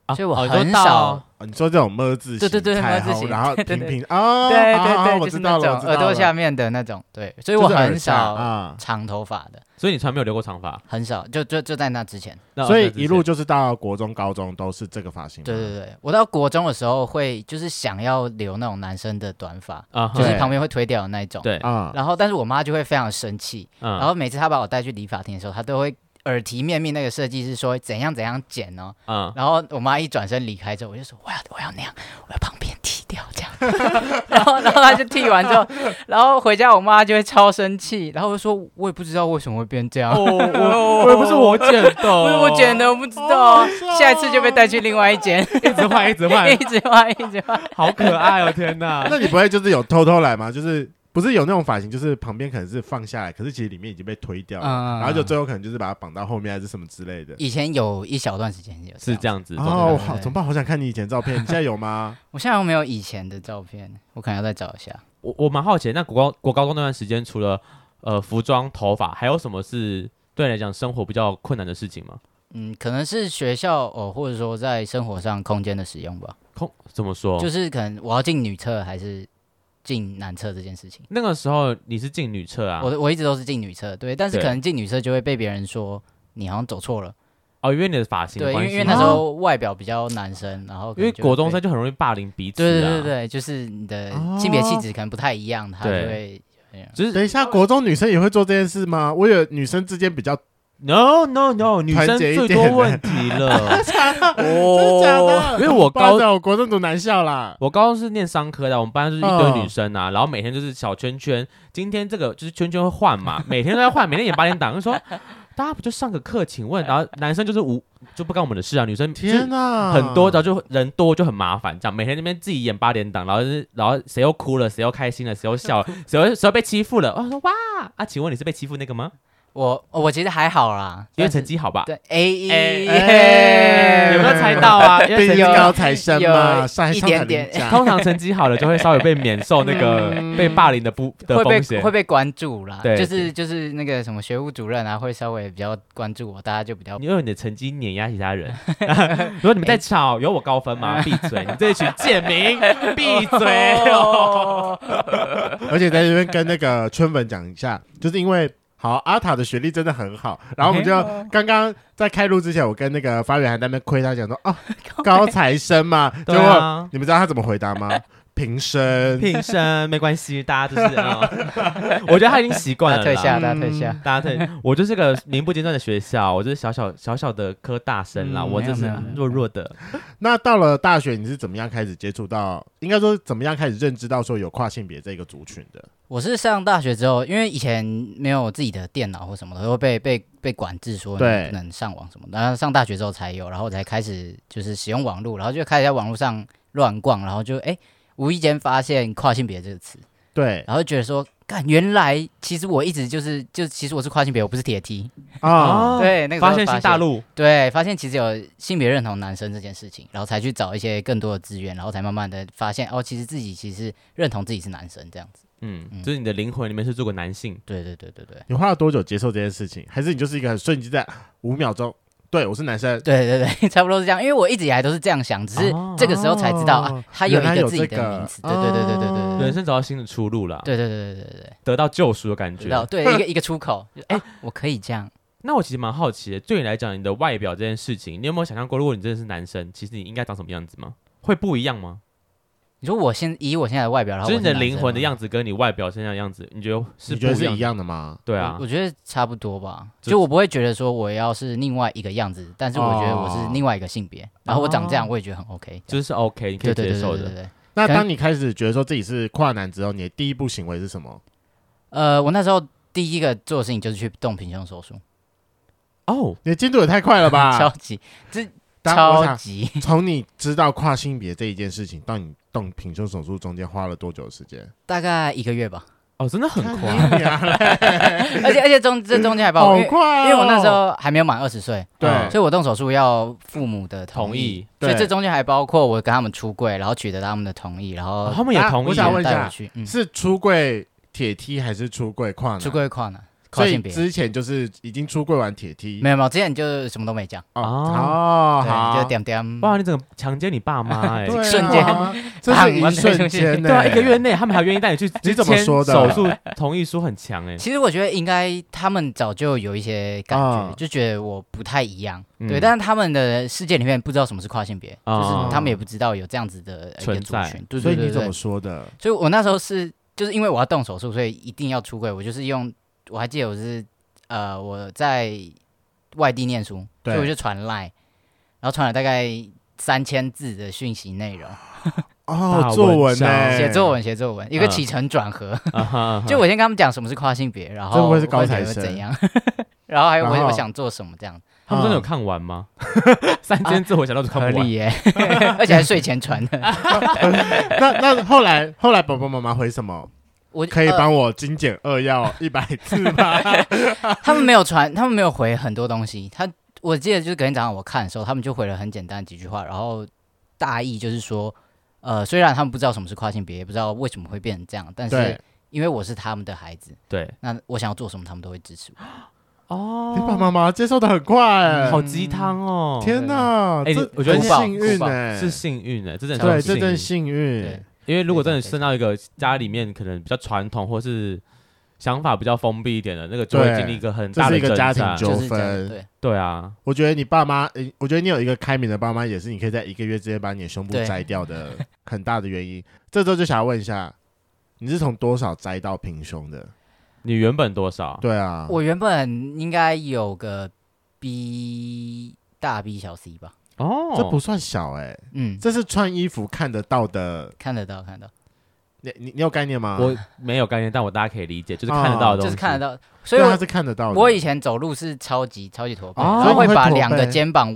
B: 啊
C: 所以我
B: 哦你说
C: 很
B: 到
C: 少
A: 哦你说这种么字形，
C: 对对对
A: 彩
C: 么字
A: 虹
C: 形
A: 然后
C: 对对
A: 平
C: 对
A: 平 啊，
C: 对
A: 啊啊
C: 对对，
A: 我
C: 就是
A: 知
C: 那
A: 道
C: 种
A: 了，我知道
C: 耳朵
A: 了
C: 下面的那种，对，所以
A: 就
C: 我
A: 是耳
C: 很
A: 下
C: 少
A: 啊，
C: 长头发的，
B: 所以你从来没有留过长发，
C: 很少，就就就在那之前。
B: 那
A: 所以
B: 那之前
A: 一路就是到国中、高中都是这个发型吗。
C: 对对对，我到国中的时候会就是想要留那种男生的短发，
B: 啊，
C: 就是
A: 对
C: 旁边会推掉的那一种。
B: 对
A: 啊，
C: 然后，但是我妈就会非常生气，
B: 嗯
C: 然后每次她把我带去理发厅的时候，她都会耳提面命那个设计是说怎样怎样剪哦，
B: 嗯，
C: 然后我妈一转身离开之后，我就说我要我要那样，我要旁边剃掉这样。然后然后她就剃完之后，然后回家我妈就会超生气，然后我就说我也不知道为什么会变这样，
B: 哦， 我我也不是我剪的，哦
C: 不是我剪，的，我不知道啊，下一次就被带去另外一间，
B: 一直换，一直 换
C: 一，直换一直换。
B: 好可爱哦！天哪，
A: 那你不会就是有偷偷来吗？就是不是有那种发型，就是旁边可能是放下来，可是其实里面已经被推掉了，
C: 嗯
A: 然后就最后可能就是把它绑到后面还是什么之类的。
C: 以前有一小段时间有
B: 是
C: 这
B: 这
C: 样，
B: 样子，
A: 哦，我
C: 对
A: 好，怎么办？好想看你以前照片，你现在有吗？
C: 我现在又没有以前的照片，我可能要再找一下。
B: 我我蛮好奇，那国高国高中那段时间，除了呃服装、头发，还有什么是对你来讲生活比较困难的事情吗？
C: 嗯，可能是学校哦，或者说在生活上空间的使用吧，
B: 空怎么说？
C: 就是可能我要进女厕还是进男厕这件事情。
B: 那个时候你是进女厕啊？
C: 我我一直都是进女厕，对，但是可
B: 对
C: 能进女厕就会被别人说你好像走错了，
B: 哦，因为你的发型的
C: 对，因
B: 关
C: 为
B: 系
C: 因为那时
B: 吗
A: 哦
C: 候外表比较男生，然后可
B: 因为
C: 能就会
B: 国中
C: 被
B: 生就很容易霸凌彼此、啊，
C: 对对对对，就是你的性别气质可能不太一样，他就
B: 对
C: 会
B: 就是
A: 等一下，国中女生也会做这件事吗？我以为女生之间比较
B: no no no，女生
A: 团结一
B: 最
A: 点
B: 多问 题了。
A: 真的假的？
B: 因为我
A: 不好意
B: 高
A: 思啊我国中读男校啦。
B: 我高中是念商科的，我们班就是一堆
A: 嗯
B: 女生啊，然后每天就是小圈圈，今天这个就是圈圈会换嘛，每天都在换，每天演八点档，就说大家不就上个课，请问，然后男生就是无就不干我们的事啊，女生就是
A: 天哪，
B: 很 多，然后就人多就很麻烦，这样每天那边自己演八点档，然后、就是然后谁又哭了，谁又开心了，谁又笑了，谁又谁又被欺负了，我说哇啊，请问你是被欺负那个吗？
C: 我我其实还好啦，
B: 因为
C: 但是
B: 成绩好哎吧？
C: 对啊哎 A 一、
A: 哎
B: 有没有猜到 啊？因为
A: 毕
B: 成绩
A: 竟
C: 有
A: 高材生嘛，
C: 有
A: 上海
C: 一
A: 上海
C: 点点
A: 领奖
B: 通常成绩好了就会稍微被免受那个被霸凌的不的
C: 嗯会
B: 风
C: 被
B: 险
C: 会。被关注啦，
B: 对
C: 就是就是那个什么学务主任啊，会稍微比较关注我，大家就比较
B: 你用你的成绩碾压其他 人。如果你们在吵，有我高分吗？闭嘴！你这一群贱 民，闭嘴！
C: 哦，
A: 而且在这边跟那个圈粉讲一下，就是因为好阿塔的学历真的很好，然后
B: 哎
A: 我们就刚刚在开录之前，我跟那个发源还在那边亏他讲说 哦，高材生嘛，结
B: 对
A: 果
B: 啊，
A: 你们知道他怎么回 答吗？平生，
B: 平生没关系，大家 就是啊。我觉得他已经习惯
C: 哦大
B: 了
C: 家
B: 啦。
C: 退下，大家退下
A: 嗯。
B: 大家退，我就是个名不见传的学校，我就是小小小小的科大生啦，
A: 嗯
B: 我就
C: 没
B: 是
C: 有没有没有
B: 弱弱的。
A: 那到了大学，你是怎么样开始接触到？应该说怎么样开始认知到说有跨性别这个族群的？
C: 我是上大学之后，因为以前没有自己的电脑或什么的，都会被被被管制说
A: 对
C: 你不能上网什么的。然后上大学之后才有，然后我才开始就是使用网络，然后就开始在网络上乱逛，然后就哎、无意间发现跨性别这个词，
A: 对
C: 然后觉得说，干原来其实我一直就是就其实我是跨性别，我不是铁梯。
A: 啊，
B: 哦
C: 对，哦那个时候
B: 发现新大陆，
C: 对，发现其实有性别认同男生这件事情，然后才去找一些更多的资源，然后才慢慢的发现哦，其实自己其实认同自己是男生这样子。
B: 嗯，就是你的灵魂里面是做个男性，
C: 对对对对对
A: 你花了多久接受这件事情？还是你就是一个很瞬间在五秒钟？对我是男生，
C: 对对 对，差不多是这样。因为我一直以来都是这样想，只是
B: 哦
C: 这个时候才知道、
A: 哦
C: 啊，他有一
A: 原来有
C: 个自己
A: 这个
C: 的名字。对对对对对对
B: 人
C: 对。
B: 生找到新的出路啦，
C: 嗯对对对对对对
B: 得到救赎的感
C: 对，
B: 觉
C: 知。道对一 个一个出口，就哎、我可以这样，
B: 那我其实蛮好奇的，对你来讲，你的外表这件事情，你有没有想象过，如果你真的是男生，其实你应该长什么样子吗？会不一样吗？
C: 你说我现以我现在的外表，然
B: 就
C: 后
B: 是你的灵魂的
C: 子，
B: 样子跟你外表现在的样子，你觉得
A: 你
B: 是不
A: 觉得是
B: 一
A: 一
B: 样？
A: 样的吗？
B: 对
C: 我
B: 啊，
C: 我觉得差不多吧。
B: 就
C: 就我不会觉得说我要是另外一个样子，但是我觉得我
A: 哦
C: 是另外一个性别，然后我长这样，我也觉得很 OK 这样。
B: 哦就是 OK，你可以
C: 对对
B: 接
C: 对
B: 受
C: 对对
B: 的。
C: 对。
A: 那
C: 感
A: 当你开始觉得说自己是跨男之后，你的第一步行为是什么？
C: 呃，我那时候第一个做的事情就是去动平胸手术，
B: 哦，
A: 你的进度也太快了
C: 超
B: 啊
A: 吧！
C: 级这
A: 当然我
C: 超
A: 想
C: 级。
A: 从你知道跨性别这一件事情到你动平胸手术中间花了多久的时间？
C: 大概一个月吧，
B: 哦，真的很快。
A: 你娘嘞
C: 而且而且中这中间还把我，
A: 好
C: 因为
A: 快、哦！
C: 因为我那时候还没有满二十岁，
A: 对
B: 嗯
C: 所以我动手术要父母的
B: 同
C: 哦意，
B: 意，
A: 对
C: 所以这中间还包括我跟他们出柜，然后取得他们的同意，然
B: 哦
C: 后
B: 他们也
A: 啊
B: 同
A: 我
B: 意
A: 想
B: 耶。
A: 问一
C: 带
A: 下
C: 我去，嗯，
A: 是出柜铁梯还是出柜跨男？
C: 出柜跨男跨
A: 所以
C: 性别，
A: 之前就是已经出柜完铁梯，
C: 没有没有，之前就是什么都没讲，
A: 哦
C: 对，
A: 哦好，
C: 就点点，
B: 哇，你整个强奸你爸妈哎！
A: 对啊
C: 瞬间，
A: 啊这是一
C: 完全
A: 瞬间欸呢、
B: 对啊，一个月内他们还愿意带你去
A: 你怎么
B: 签
A: 说的
B: 手术同意书很强 哎。
C: 其实我觉得应该他们早就有一些感觉，
A: 啊
C: 就觉得我不太一样，
B: 嗯
C: 对。但是他们的世界里面不知道什么是跨性别，
B: 啊
C: 就是他们也不知道有这样子的呃一个
B: 存
C: 族
B: 在
C: 群。对
A: 所
C: 对
A: 以
C: 对
A: 你怎
C: 对
A: 么。说的？
C: 所以我那时候是就是因为我要动手术，所以一定要出柜。我就是用，我还记得我是呃我在外地念书，
A: 对
C: 所以我就传赖，然后传了大概三千字的讯息内容，
A: 哦
B: 大，
A: 作
B: 文
A: 文欸呢、
B: 章
C: 写作文，写作文，一个
B: 嗯
C: 起承转合。
B: 啊哈啊哈
C: 就我先跟他们讲什么是跨性别，然
A: 嗯
C: 后
A: 会不会是高材
C: 我会觉得
A: 生
C: 怎样， 然后还有
A: 然后
C: 我我想做什么这样，
B: 他
A: 哦嗯
B: 们真的有看完吗？ 三千字我想到是看
C: 合
B: 不完
C: 理， 耶，而且还睡前传的。
A: 那那后来后来爸爸妈妈回什么？
C: 我
A: 可以
C: 呃
A: 帮我精简扼要
B: 呃
A: 一百字 吗？
C: 他们没有传，他们没有回很多东西。他我记得就是隔天早上我看的时候，他们就回了很简单几句话，然后大意就是说，呃，虽然他们不知道什么是跨性别，也不知道为什么会变成这样，但
A: 对
C: 是因为我是他们的孩子，
B: 对
C: 那我想要做什么，他们都会支持我。
B: 哦
A: 你爸妈妈接受的很快，
B: 好鸡汤哦，
A: 天哪！
B: 哎
A: 这
B: 我觉得
A: 这
C: 酷爆
A: 幸运
C: 酷爆
A: 呢，
B: 是幸运哎，这真的
A: 对，
B: 是
A: 这
B: 幸
A: 真
B: 运。
A: 幸
C: 对
A: 运。，
B: 因为如果真的生到一个家里面可能比较传统或是想法比较封闭一点的，那个就会
A: 对
B: 经历一个很
A: 这
B: 大
A: 是
B: 的
A: 一个
B: 挣
A: 家庭
B: 扎
A: 纠
C: 就是这
A: 纷
C: 样。对，
B: 对啊，
A: 我觉得你爸妈，呃我觉得你有一个开明的爸妈，也是你可以在一个月之内把你的胸部
C: 对
A: 摘掉的很大的原因。这周就想要问一下，你是从多少摘到平胸的？
B: 你原本多少？
A: 对啊，
C: 我原本应该有个 B 大 B 小 C 吧，
B: 哦，
A: 这不算小哎、
C: 嗯，
A: 这是穿衣服看得到的。
C: 看得到，看得到，
A: 你你你有概念吗？
B: 我没有概念，但我大家可以理解，就是看得到的东西，
C: 就是看得到，
A: 对
C: 所以
A: 啊，他
C: 我
A: 是看得到的。
C: 我以前走路是超级超级驼背，
B: 哦
C: 然后会
A: 所以你会
C: 把
A: 驼背
C: 两个肩膀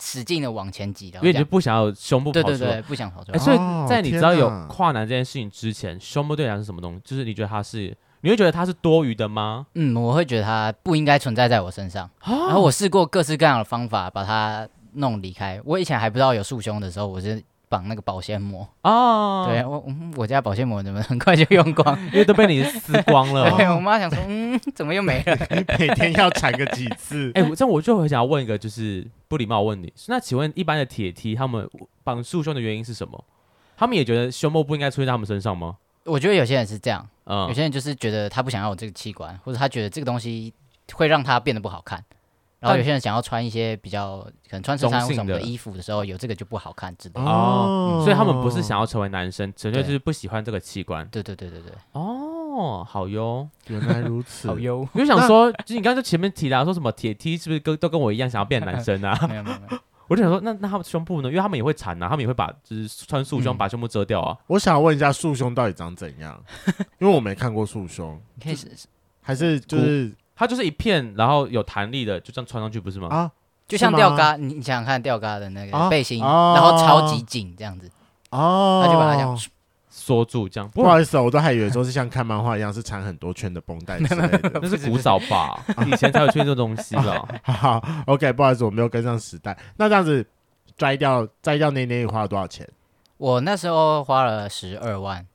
C: 使劲的往前挤，然
B: 因
C: 后
B: 为你
C: 这
B: 就
C: 样
B: 不想要胸部跑
C: 对
B: 出来。
C: 对对，不想跑出
B: 哎，
C: 来。
B: 所以
A: 哦
B: 在你知
A: 天
B: 道有
A: 哪
B: 跨男这件事情之前，胸部对你来说是什么东西？就是你觉得它是，你会觉得它是多余的吗？
C: 嗯，我会觉得它不应该存在在我身上。
B: 啊
C: 然后我试过各式各样的方法把它弄离开。我以前还不知道有束胸的时候，我是绑那个保鲜膜。
B: 哦，
C: 对，我、嗯我家保鲜膜怎么很快就用光？
B: 因为都被你撕光了。？
C: 对我妈想说，嗯，怎么又没了？
A: 你 每天要缠个几次
B: 哎、我这样我就很想要问一个，就是不礼貌的问题。那请问一般的铁梯他们绑束胸的原因是什么？他们也觉得胸部不应该出现在他们身上吗？
C: 我觉得有些人是这样，有
B: 嗯，
C: 些人就是觉得他不想要有这个器官，或者他觉得这个东西会让他变得不好看。然后有些人想要穿一些比较可能穿衬
B: 中
C: 衫或
B: 性
C: 什么的
B: 的
C: 衣服的时候，有这个就不好看之类的。
B: 哦所以他们不是想
A: 要。
B: 要成为男生，纯粹
C: 对
B: 就是不喜欢这个器官。
C: 对对对对对，
B: 哦，好哟。
A: 原来如 此。
C: 优。
B: 我就想说，就是你刚才就前面提到说什么铁梯是不是跟都跟我一样想要变男生啊？
C: 没有没有没有，
B: 我就想说，那那他们胸部呢？因为他们也会缠啊，他们也会把就是穿束胸
C: 嗯
B: 把胸部遮掉啊。
A: 我想问一下，束胸到底长怎 样？因为我没看过束胸，
C: 你可以试试，
A: 还是就是
B: 它就是一片，然后有弹力的，就这样穿上去，不是吗？
A: 啊，
C: 就是像
A: 吗
C: 吊嘎，你你想想看吊嘎的那个
A: 啊
C: 背心，
A: 哦
C: 然后超级紧这样子，
A: 哦，
C: 他就把它这样。
B: 缩住这样，
A: 不
B: 不
A: 好意思哦，我都还以为说是像看漫画一样，是缠很多圈的绷带之 类的。
B: 那是古早吧？以前才有出现这种东西了。
A: 好，OK，不好意思，我没有跟上时代。那这样子摘掉摘掉那那花了多少钱
C: 我那时候花了十二万，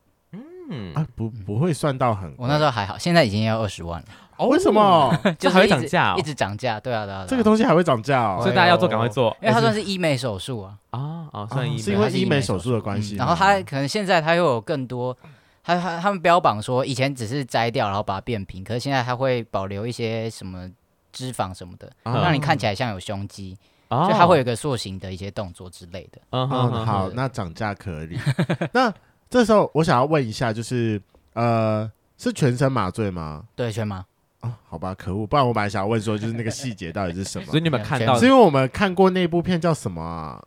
B: 嗯，
A: 啊？不不会算到很贵，
C: 我那时候还好，现在已经要二十万 了，
B: 哦
A: 为什？ 么
B: 这
C: 就是
B: 还会
C: 一直
B: 涨价哦
C: 一直涨价，对啊对啊，
A: 这个东
C: 西，
A: 西还会涨价哦
B: 所以？大家要做，赶快做
C: 因为它算是医美手术啊，
B: 啊啊！算医
A: 哦是
B: 美
A: 因
C: 它
A: 为
C: 是
A: 医
C: 医
A: 美
C: 美
A: 手
C: 手
A: 术的嗯关系吗，
C: 然后它可能现在它又有更多。它它他们标榜说，以前只是摘掉，然后把它变平，可是现在它会保留一些什么脂肪什么的，
A: 哦
B: 嗯
C: 让你看起来像有胸肌，
B: 哦
C: 就它会有个塑形的一些动作之类的。
B: 嗯哼
A: 嗯，
B: 哼
A: 好，
C: 对
A: 那涨价可 以。那这时候我想要问一下，就是呃，是全身麻醉吗？
C: 对，全麻。
A: 啊，好吧，可恶！不然我本来想要问说，就是那个细节到底是什么
B: 所以？你有没有看到
C: 嗯
A: 是因为我们看过那部片叫什么啊、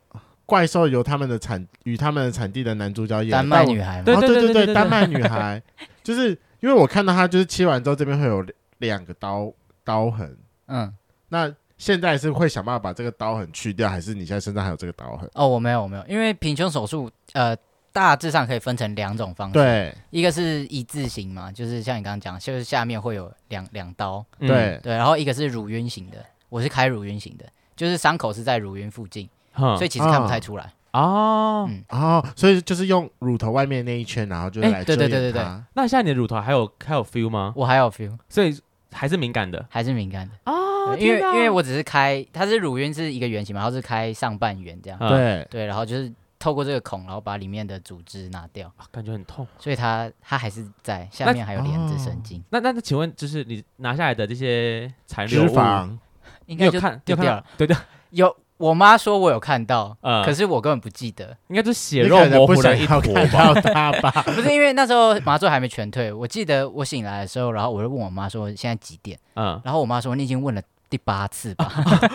A: 怪兽由他们的产与他们的产地的男主角演的
C: 丹麦女孩嘛，
B: 对
A: 但我哦对
B: 对对对
A: 对，丹麦女孩，就是因为我看到她就是切完之后这边会有两个刀刀痕，
C: 嗯，
A: 那现在是会想办法把这个刀痕去掉，还是你现在身上还有这个刀痕？
C: 哦，我没有，我没有，因为平胸手术，呃，大致上可以分成两种
B: 嗯
C: 方式，，
A: 对
C: 一个是一字型嘛，就是像你刚刚讲，就是下面会有两两刀，
B: 嗯
A: 对，
C: 对，然后一个是乳晕型的，我是开乳晕型的，就是伤口是在乳晕附近，
B: 哼
C: 嗯所以其实看不太出来，
B: 哦，
C: 嗯
A: 哦，所以就是用乳头外面那一圈，然后就是
B: 哎
A: 来遮
C: 对对
A: 掩它。
C: 对对对
B: 那现在你的乳头还有还有 feel 吗？
C: 我还有 feel，
B: 所以还是敏感的
C: 还是敏感的，
B: 啊
C: 对因为因为我只是开，它是乳晕是一个圆形嘛，然后是开上半圆这样，
B: 嗯
A: 对
C: 对，然后就是透过这个孔，然后把里面的组织拿掉，
B: 啊感觉很痛。
C: 所以它它还是在下
B: 那
C: 面还有连着神
A: 哦
C: 经，
B: 那那那，请问就是你拿下来的这些残
A: 脂
B: 留物，
A: 肪
C: 应
B: 哦你
C: 该
B: 有
C: 就
B: 看
C: 丢
B: 有
C: 掉
B: 看
C: 了，
B: 对对，
C: 有。我妈说我有看到，
B: 呃
C: 可，是我根本不记得，
B: 应该就是血
A: 你
B: 肉
A: 可能
B: 模
A: 不
B: 糊的
A: 想
B: 一
A: 要
B: 坨
A: 看到
B: 吧？
A: 它吧？
C: 不是因为那时候麻醉还没全退。我记得我醒来的时候，然后我就问我妈说现在几点，
B: 嗯，
C: 然后我妈说你已经问了第八次 吧，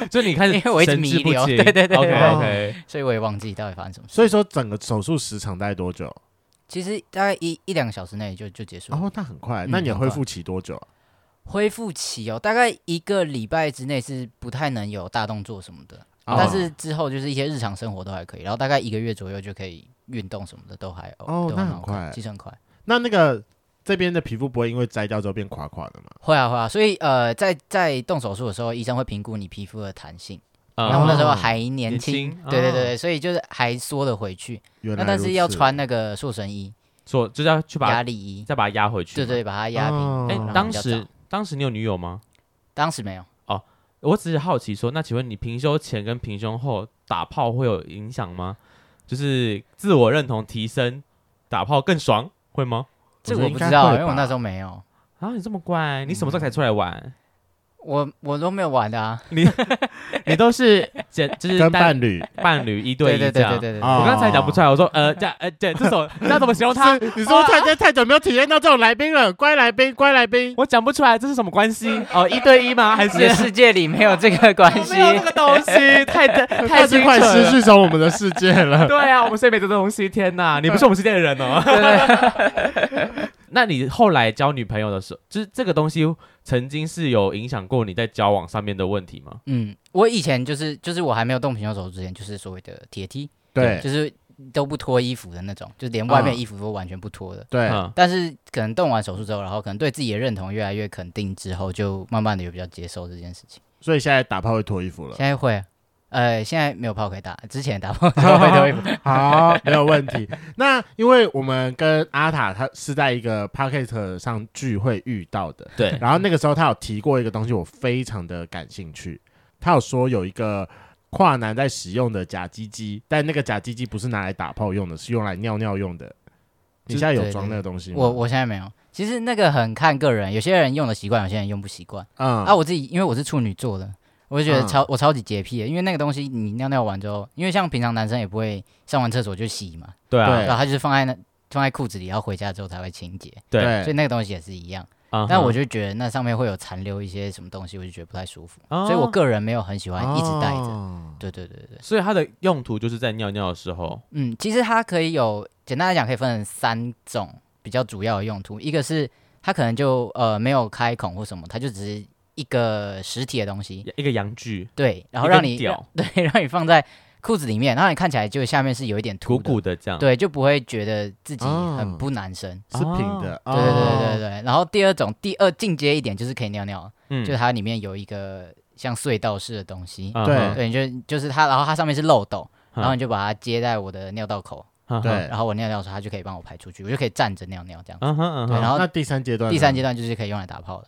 B: 就你开始
C: 因为我一直
B: 神志不
C: 弥留
B: 清
C: 对对对
B: ，OK
A: 对
B: OK，
C: 所以我也忘记到底发生什么 事。
A: 所以说整个手术时长大概多久？
C: 其实大概一一两个小时内就就结束了。
A: 哦，那很快。
C: 嗯
A: 那你的
C: 很快
A: 恢复期多久啊？
C: 恢复期哦，大概一个礼拜之内是不太能有大动作什么的，
A: 哦
B: 嗯
C: 但是之后就是一些日常生活都还可以，然后大概一个月左右就可以运动什么的都还
A: 哦
C: 都
A: 那
C: 还
A: 很
C: 蛮 OK，
A: 快
C: 其实很快。
A: 那那个这边的皮肤不会因为摘掉之后变垮垮的吗？
C: 会啊会啊，所以呃，在在动手术的时候，医生会评估你皮肤的弹性。
B: 嗯
C: 然后那时候
A: 哦
C: 还年
B: 年
C: 轻
B: 轻，
C: 对对对
B: 哦
C: 对，所以就是还缩了回去。
A: 原来
C: 那但
A: 如
C: 是
A: 此
C: 要穿那个塑身衣、
B: 所就是要去把
C: 压
B: 它
C: 力衣，
B: 再把它压回去。
C: 对对，把它压平。
A: 哦
B: 哎
C: 然后比，
B: 当
C: 较
B: 时
C: 早
B: 当时你有女友吗？
C: 当时没有，
B: 我只是好奇说，那请问你平胸前跟平胸后打炮会有影响吗？就是自我认同提升，打炮更爽会吗？
C: 这
A: 觉得
C: 我
A: 应
C: 不
A: 该
C: 知道，
A: 会
C: 因为我那
A: 吧
C: 时候没有，
B: 啊，你这么乖，你什么时候才出来玩？
C: 我我都没有玩的啊。
B: 你都是简就是
A: 跟
B: 单
A: 伴 侣
B: 伴侣一
C: 对
B: 一
C: 对
B: 这
C: 对
B: 样
C: 对。对
A: 哦
C: 对对，
B: 我刚才讲不出来，我说 呃这样呃对，这首这要怎么形容
A: 是
B: 它？
A: 你是不是太太太久没有体验到这种来宾了？乖来宾，乖来宾，
B: 我讲不出来，这是什么关系？哦，一对一吗？还是
C: 你的世界里没有这个关系
B: 没。有这个 东西？太太太
A: 是
B: 精
A: 快
B: 准
A: 失
B: 了。
A: 去从我们的世界 了。
B: 对啊，我们所以没这东西。天哪，你不是我们世界的人 哦。 那你后来交女朋友的时候，就是这个东西曾经是有影响过你在交往上面的问题吗？
C: 嗯，我以前就是就是我还没有动平胸手术之前，就是所谓的铁梯，
A: 对
C: 就是都不脱衣服的那种，就是连外面的衣服都完全不脱的。
A: 对，
B: 嗯，
C: 但是可能动完手术之后，然后可能对自己的认同越来越肯定之后，就慢慢的有比较接受这件事情。
A: 所以现在打炮会脱衣服了，
C: 现在会啊，呃，现在没有炮可以打，之前 打炮之 后会脱衣服。
A: 好，没有问题。那因为我们跟阿塔他是在一个 p o c k e t 上聚会遇到的，
B: 对，
A: 然后那个时候他有提过一个东西，我非常的感兴趣。他有说有一个跨男在使用的假鸡鸡，但那个假鸡鸡不是拿来打炮用的，是用来尿尿用的。你现在有装那个东西吗？
C: 我我现在没有，其实那个很看个人，有些人用的习惯，有些人用不习惯。
A: 嗯
C: 啊，我自己因为我是处女座的，我就觉得
A: 嗯
C: 超、我超级洁癖的，因为那个东西你尿尿完之后，因为像平常男生也不会上完厕所就洗嘛，
B: 对啊，
A: 对
C: 然后他就是放在那放在裤子里，然后回家之后才会清洁，
B: 对
A: 哦
C: 所以那个东西也是一样。
B: 啊
A: 嗯
C: 但我
B: 就
C: 就觉得那上面会有残留一些什么东西，我就觉得不太舒服，
B: 哦
C: 所以我个人没有很喜欢一直戴着。
A: 哦
C: 对对对对对，
B: 所以它的用途就是在尿尿的时候，
C: 嗯，其实它可以有简单来讲可以分成三种比较主要的用途，一个是它可能就呃没有开孔或什么，它就只是一个实体的东西，
B: 一个阳具，
C: 对，然后
B: 一根
C: 让你
B: 屌
C: 对，让你 放在裤子里面，然后你看起来就下面是有一点凸
B: 鼓
C: 的
B: 鼓的这样。
C: 对，就不会觉得自己
A: 哦
C: 很不男生。
A: 是平的，
C: 对对对
A: 哦
C: 对对。然后第二种，第二进阶一点就是可以尿尿，
B: 嗯
C: 就是它里面有一个像隧道式的东西，
B: 嗯
A: 对
C: 对，你就就是它，然后它上面是漏斗，
B: 嗯
C: 然后你就把它接在我的尿道口，
B: 嗯
A: 对
C: 然后我尿尿的时候，它就可以帮我排出去，我就可以站着尿尿这样。
B: 嗯哼嗯
C: 对
B: 哼，
C: 然后
A: 那第三阶段呢，
C: 第三阶段就是可以用来打炮的，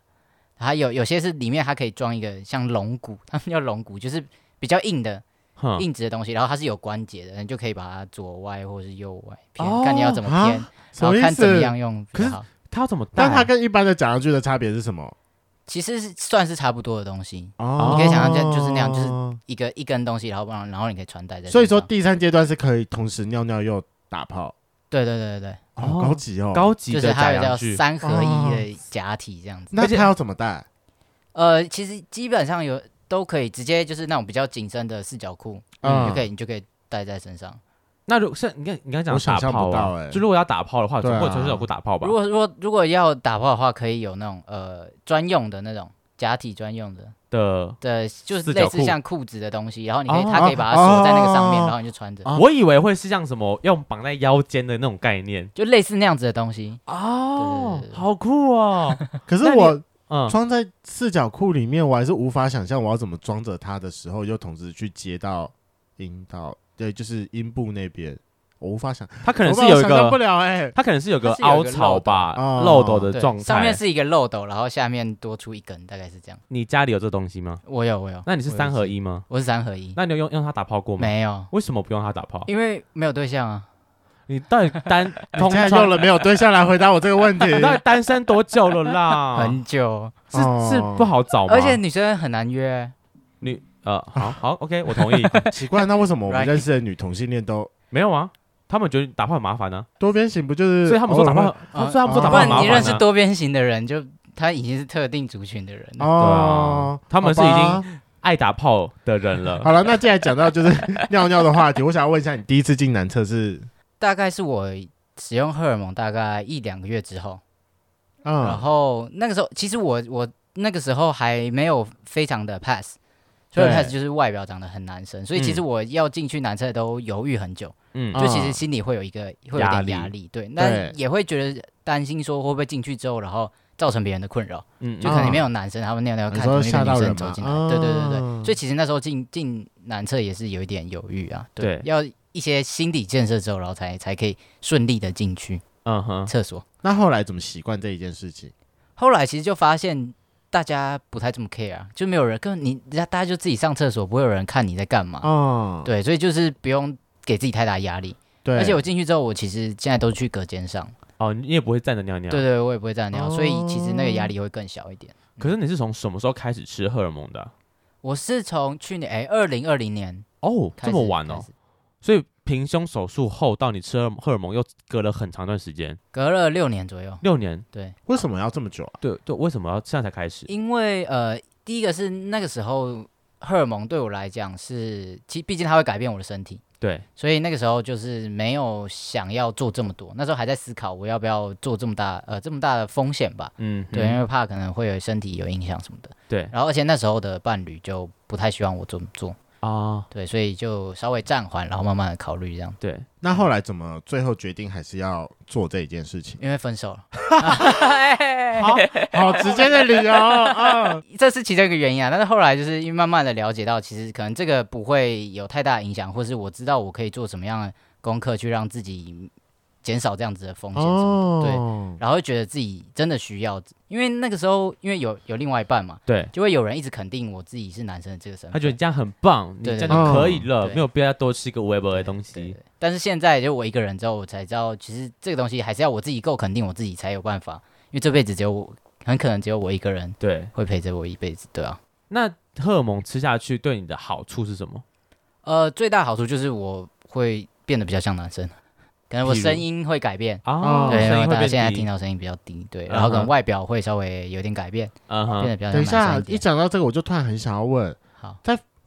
C: 还有有些是里面它可以装一个像龙骨，他们叫龙骨，就是比较硬的，
B: 哼
A: 嗯
C: 硬质的东西，然后它是有关节的，你就可以把它左歪或是右歪偏，
B: 哦
C: 看你要怎么偏，
A: 啊什么
C: 然后
A: 意
C: 看怎么样
A: 思？
C: 用
B: 可
C: 比
B: 是
C: 较好。
B: 它要怎么戴？
A: 但它跟一般的假洋具的差别是什么？
C: 其实是算是差不多的东西，
A: 哦
B: 你可以
C: 想象就就是那样就是
B: 哦
A: 是。
C: 一个一根东西，然后帮然后你可以穿戴在身上。
A: 所以说第三阶段是可以同时尿尿又打炮，
C: 对对对对
A: 哦，
B: 哦
A: 高级哦。
B: 高
C: 对，
B: 级
C: 就是
B: 的
C: 它
B: 假
C: 有叫
B: 洋具，
C: 三合一的假体这样子。
A: 那
B: 而且
A: 它要怎么戴？
C: 呃，其实基本上有都可以直接就是那种比较紧身的四角裤，
A: 嗯
C: 你就可以你就可以戴在身上。
B: 那如像你看你刚
A: 我
B: 刚
A: 想
B: 讲打
A: 象
B: 炮
A: 不到
B: 啊
A: 欸，
B: 就如果要打炮的话，
A: 对
B: 总
A: 啊
B: 不会穿这种裤打炮吧
C: 如？果如果如果要打炮的话，可以有那种呃专用的那种假体专用的。
B: 的，
C: 的，就是
B: 四角
C: 类
B: 裤
C: 似像裤子的东西，然后你可以，
B: 哦
C: 它可以把它锁在那个上面，
A: 哦
C: 然后你就穿着，
A: 啊
B: 我以为会是像什么用绑在腰间的那种概念
C: 就类似那样子的东西。
B: 哦
C: 对对对对
B: 好酷 哦，
A: 可是
B: 那你
A: 我
B: 嗯，
A: 装在四角裤里面，我还是无法想象我要怎么装着它的时候，又同时去接到阴道，对，就是阴部那边，我无 法想，
B: 它可能
A: 我
B: 是
A: 无法
B: 有一
A: 想象不
B: 个，
A: 了哎。
B: 它可能是有个
C: 它是有一
B: 凹
C: 个
B: 槽吧
A: 漏，
B: 漏
A: 斗
B: 斗的
C: 哦对
B: 状，
C: 上
B: 态
C: 面。是一个漏斗，然后下面多出一根，大概是这样。
B: 你家里有这东西吗？
C: 我有，我有。
B: 那你是
C: 我有
B: 三合
C: 一？
B: 一吗？
C: 我是三合一，
B: 那你有用用它打炮过吗？
C: 没有，
B: 为什么不用它打炮？
C: 因为没有对象啊。
B: 你到底单
A: 你
B: 通
A: 现在
B: 常
A: 用了没有对象来回答我这个 问题？
B: 你到底单身多久了啦？
C: 很久，
B: 是是不啊好找吗？
C: 而且女生很难约，
B: 你呃，好好，OK，我 同意。
A: 奇怪，那为什么我们
C: Right
A: 认识的女同性恋都
B: 没有啊，他们觉得打炮很麻烦呢，啊
A: 多边形？不就是？
B: 哦所以他们说打炮，所
C: 啊
B: 以他们说打
C: 不
B: 炮很
C: 然
B: 麻
C: 你认识
B: 烦啊。
C: 多边形的人就他已经是特定族群的人了。
A: 哦，
B: 啊他们是已经呃
A: 好吧
B: 爱打炮的人 了。
A: 好了。那既然讲到就是 尿尿的话题，我想要问一下，你第一次进男厕是
C: 大概是我使用荷尔蒙大概一两个月之后，然
A: 嗯
C: 后那个时候其实我我那个时候还没有非常的 pass，所以
A: 对
C: pass 就是外表长得很男生，所以其实
B: 嗯
C: 我要进去男厕都犹豫很久，
B: 嗯
A: 啊
C: 就其实心里会有一个会有
B: 压
C: 点
B: 力
C: 压力，对，那也会觉得担心说会不会进去之后，然后造成别人的困扰，
B: 嗯
C: 就
A: 啊
C: 可能里面有男生他们尿尿
A: 你
C: 看
A: 说
C: 同一个
A: 吓
C: 女
A: 到
C: 生
A: 人
C: 走
A: 吗
C: 进来，对对对
A: 啊
B: 嗯
C: 对，所以其实那时候进进男厕也是有一点犹豫啊，
B: 对
C: 要一些心理建设之后，然后才才可以顺利的进去
B: 嗯哼，
C: 厕所。
A: 那后来怎么习惯这一件事情？
C: 后来其实就发现大家不太这么 care，啊就没有人跟你，人家大家就自己上厕所，不会有人看你在干嘛。
A: 哦，
C: 啊对，所以就是不用给自己太大压力。
A: 对，
C: 而且我进去之后，我其实现在都去隔间上，
B: 哦，你也不会站着尿尿。
C: 对对，我也不会这样尿，所以其实
B: 哦
C: 那个压力会更小一点。
B: 可是你是从什么时候开始吃荷尔蒙的啊？
C: 我是从去年哎二零二零年
B: 哦，
C: 开
B: 这
C: 始
B: 么晚，哦
C: 开，始
B: 所以平胸手术后到你吃荷尔荷尔蒙又隔了很长段时间，
C: 隔了六年左右。
B: 六年。
C: 对，
A: 为什么要这么久啊？
B: 对对，为什么要现在才开始？
C: 因为呃，第一个是那个时候荷尔蒙对我来讲是，其毕竟它会改变我的身体，
B: 对，
C: 所以那个时候就是没有想要做这么多，那时候还在思考我要不要做这么大呃这么大的风险吧，
B: 嗯，
C: 对，
B: 嗯
C: 因为怕可能会有身体有影响什么的。
B: 对
C: 然后而且那时候的伴侣就不太希望我这么做，
B: 啊，
C: 对，所以就稍微暂缓，然后慢慢的考虑这样，
B: 对，
A: 那后来怎么最后决定还是要做这一件事情？
C: 因为分手了， 哎
A: 好好直接的理由， 嗯，
C: 这是其中一个原因啊。但是后来就是因为慢慢的了解到，其实可能这个不会有太大影响，或是我知道我可以做什么样的功课去让自己减少这样子的风险什么的对。
A: 哦，
C: 然后会觉得自己真的需要，因为那个时候因为有有另外一半嘛，
B: 对，
C: 就会有人一直肯定我自己是男生的这个身
B: 他
C: 份。
B: 觉得你这样很棒，你
C: 对
B: 这
C: 对
B: 样
A: 对
B: 就可以了，
C: 对
B: 没有必要再多吃一个微博的东
C: 对
B: 西。
C: 对但是现在就我一个人之后，我才知道其实这个东西还是要我自己够肯定我自己才有办法，因为这辈子只有我，很可能只有我一个人
B: 对，
C: 会陪着我一辈子，对啊。
B: 那荷尔蒙吃下去对你的好处是什么？
C: 呃，最大好处就是我会变得比较像男生，可能我
A: 譬如
C: 声音会改变，
B: 啊，
A: 哦
C: 对，
B: 声音
C: 大
B: 会
C: 家现在
B: 变
C: 听
B: 低，
C: 到声音比较低，对，
B: 嗯
C: 然后可能
B: 哼
C: 外表会稍微有点改变，
B: 嗯
C: 变得
B: 哼，
C: 比较
A: 等
C: 像
A: 一
C: 男生
A: 下
C: 一，
A: 一
C: 点。
A: 讲到这个，我就突然很想要问，
C: 好，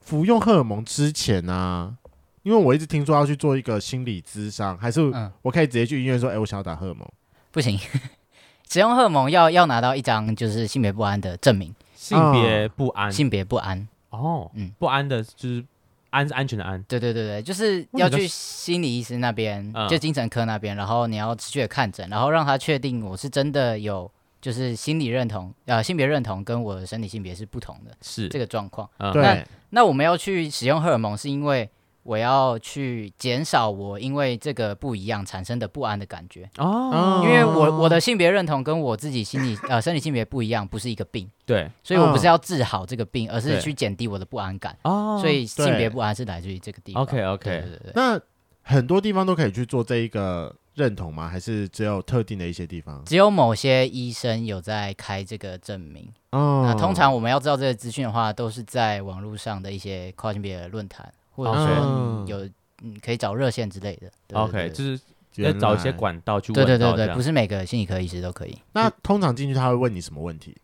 A: 服用荷尔蒙之前呢、因为我一直听说要去做一个心理咨商，还是
C: 嗯，
A: 我可以直接去医院说，哎、我想要打荷尔蒙。
C: 不行， 使用荷尔蒙要要拿到一张就是性别不安的证明，
B: 性别不安
C: 性别不安，
B: 哦
C: 嗯，
B: 不安的就是安是安全的安，
C: 对对对对，就是
B: 为
C: 要
B: 什么
C: 去心理医师那边，
B: 嗯
C: 就精神科那边，然后你要持续的看诊，然后让他确定我是真的有就是心理认同，呃，性别认同跟我的身体性别是不同的
B: 是
C: 这个状况。
B: 嗯
A: 对，
C: 那我们要去使用荷尔蒙，是因为我要去减少我因为这个不一样产生的不安的感觉，
B: 哦，
C: 因为我
A: 哦
C: 我的性别认同跟我自己心理呃生理性别不一样，不是一个病，
B: 对
C: 所以我
A: 嗯
C: 不是要治好这个病，而是
B: 对
C: 去减低我的不安感。
B: 哦，
C: 所以性
A: 对
C: 别不安是来自于这个地方。
B: OK
C: 对
B: OK，
C: 对对对，
A: 那很多地方都可以去做这一个认同吗？还是只有特定的一些地方？
C: 只有某些医生有在开这个证明。
A: 哦
C: 那啊通常我们要知道这个资讯的话，都是在网络上的一些跨性别的论坛，或者说
A: 嗯
C: 你有嗯可以找热线之类的。对对
B: OK
C: 对对
B: 就是要找一些管道去
C: 对
B: 问
C: 对对
B: 到
C: 对
B: 这
C: 对，
B: 样
C: 不是每个心理科医师都可以。
A: 那通常进去他会问你什么问题？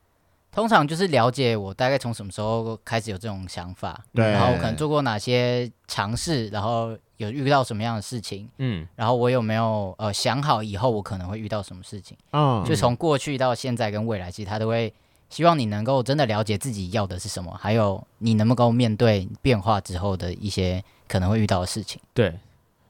C: 通常就是了解我大概从什么时候开始有这种想法，
A: 对
C: 然后我可能做过哪些尝试，然后有遇到什么样的事情，
B: 嗯
C: 然后我有没有呃想好以后我可能会遇到什么事情。
A: 嗯，
C: 就从过去到现在跟未来，其实他都会希望你能够真的了解自己要的是什么，还有你能不能够面对变化之后的一些可能会遇到的事情。
B: 对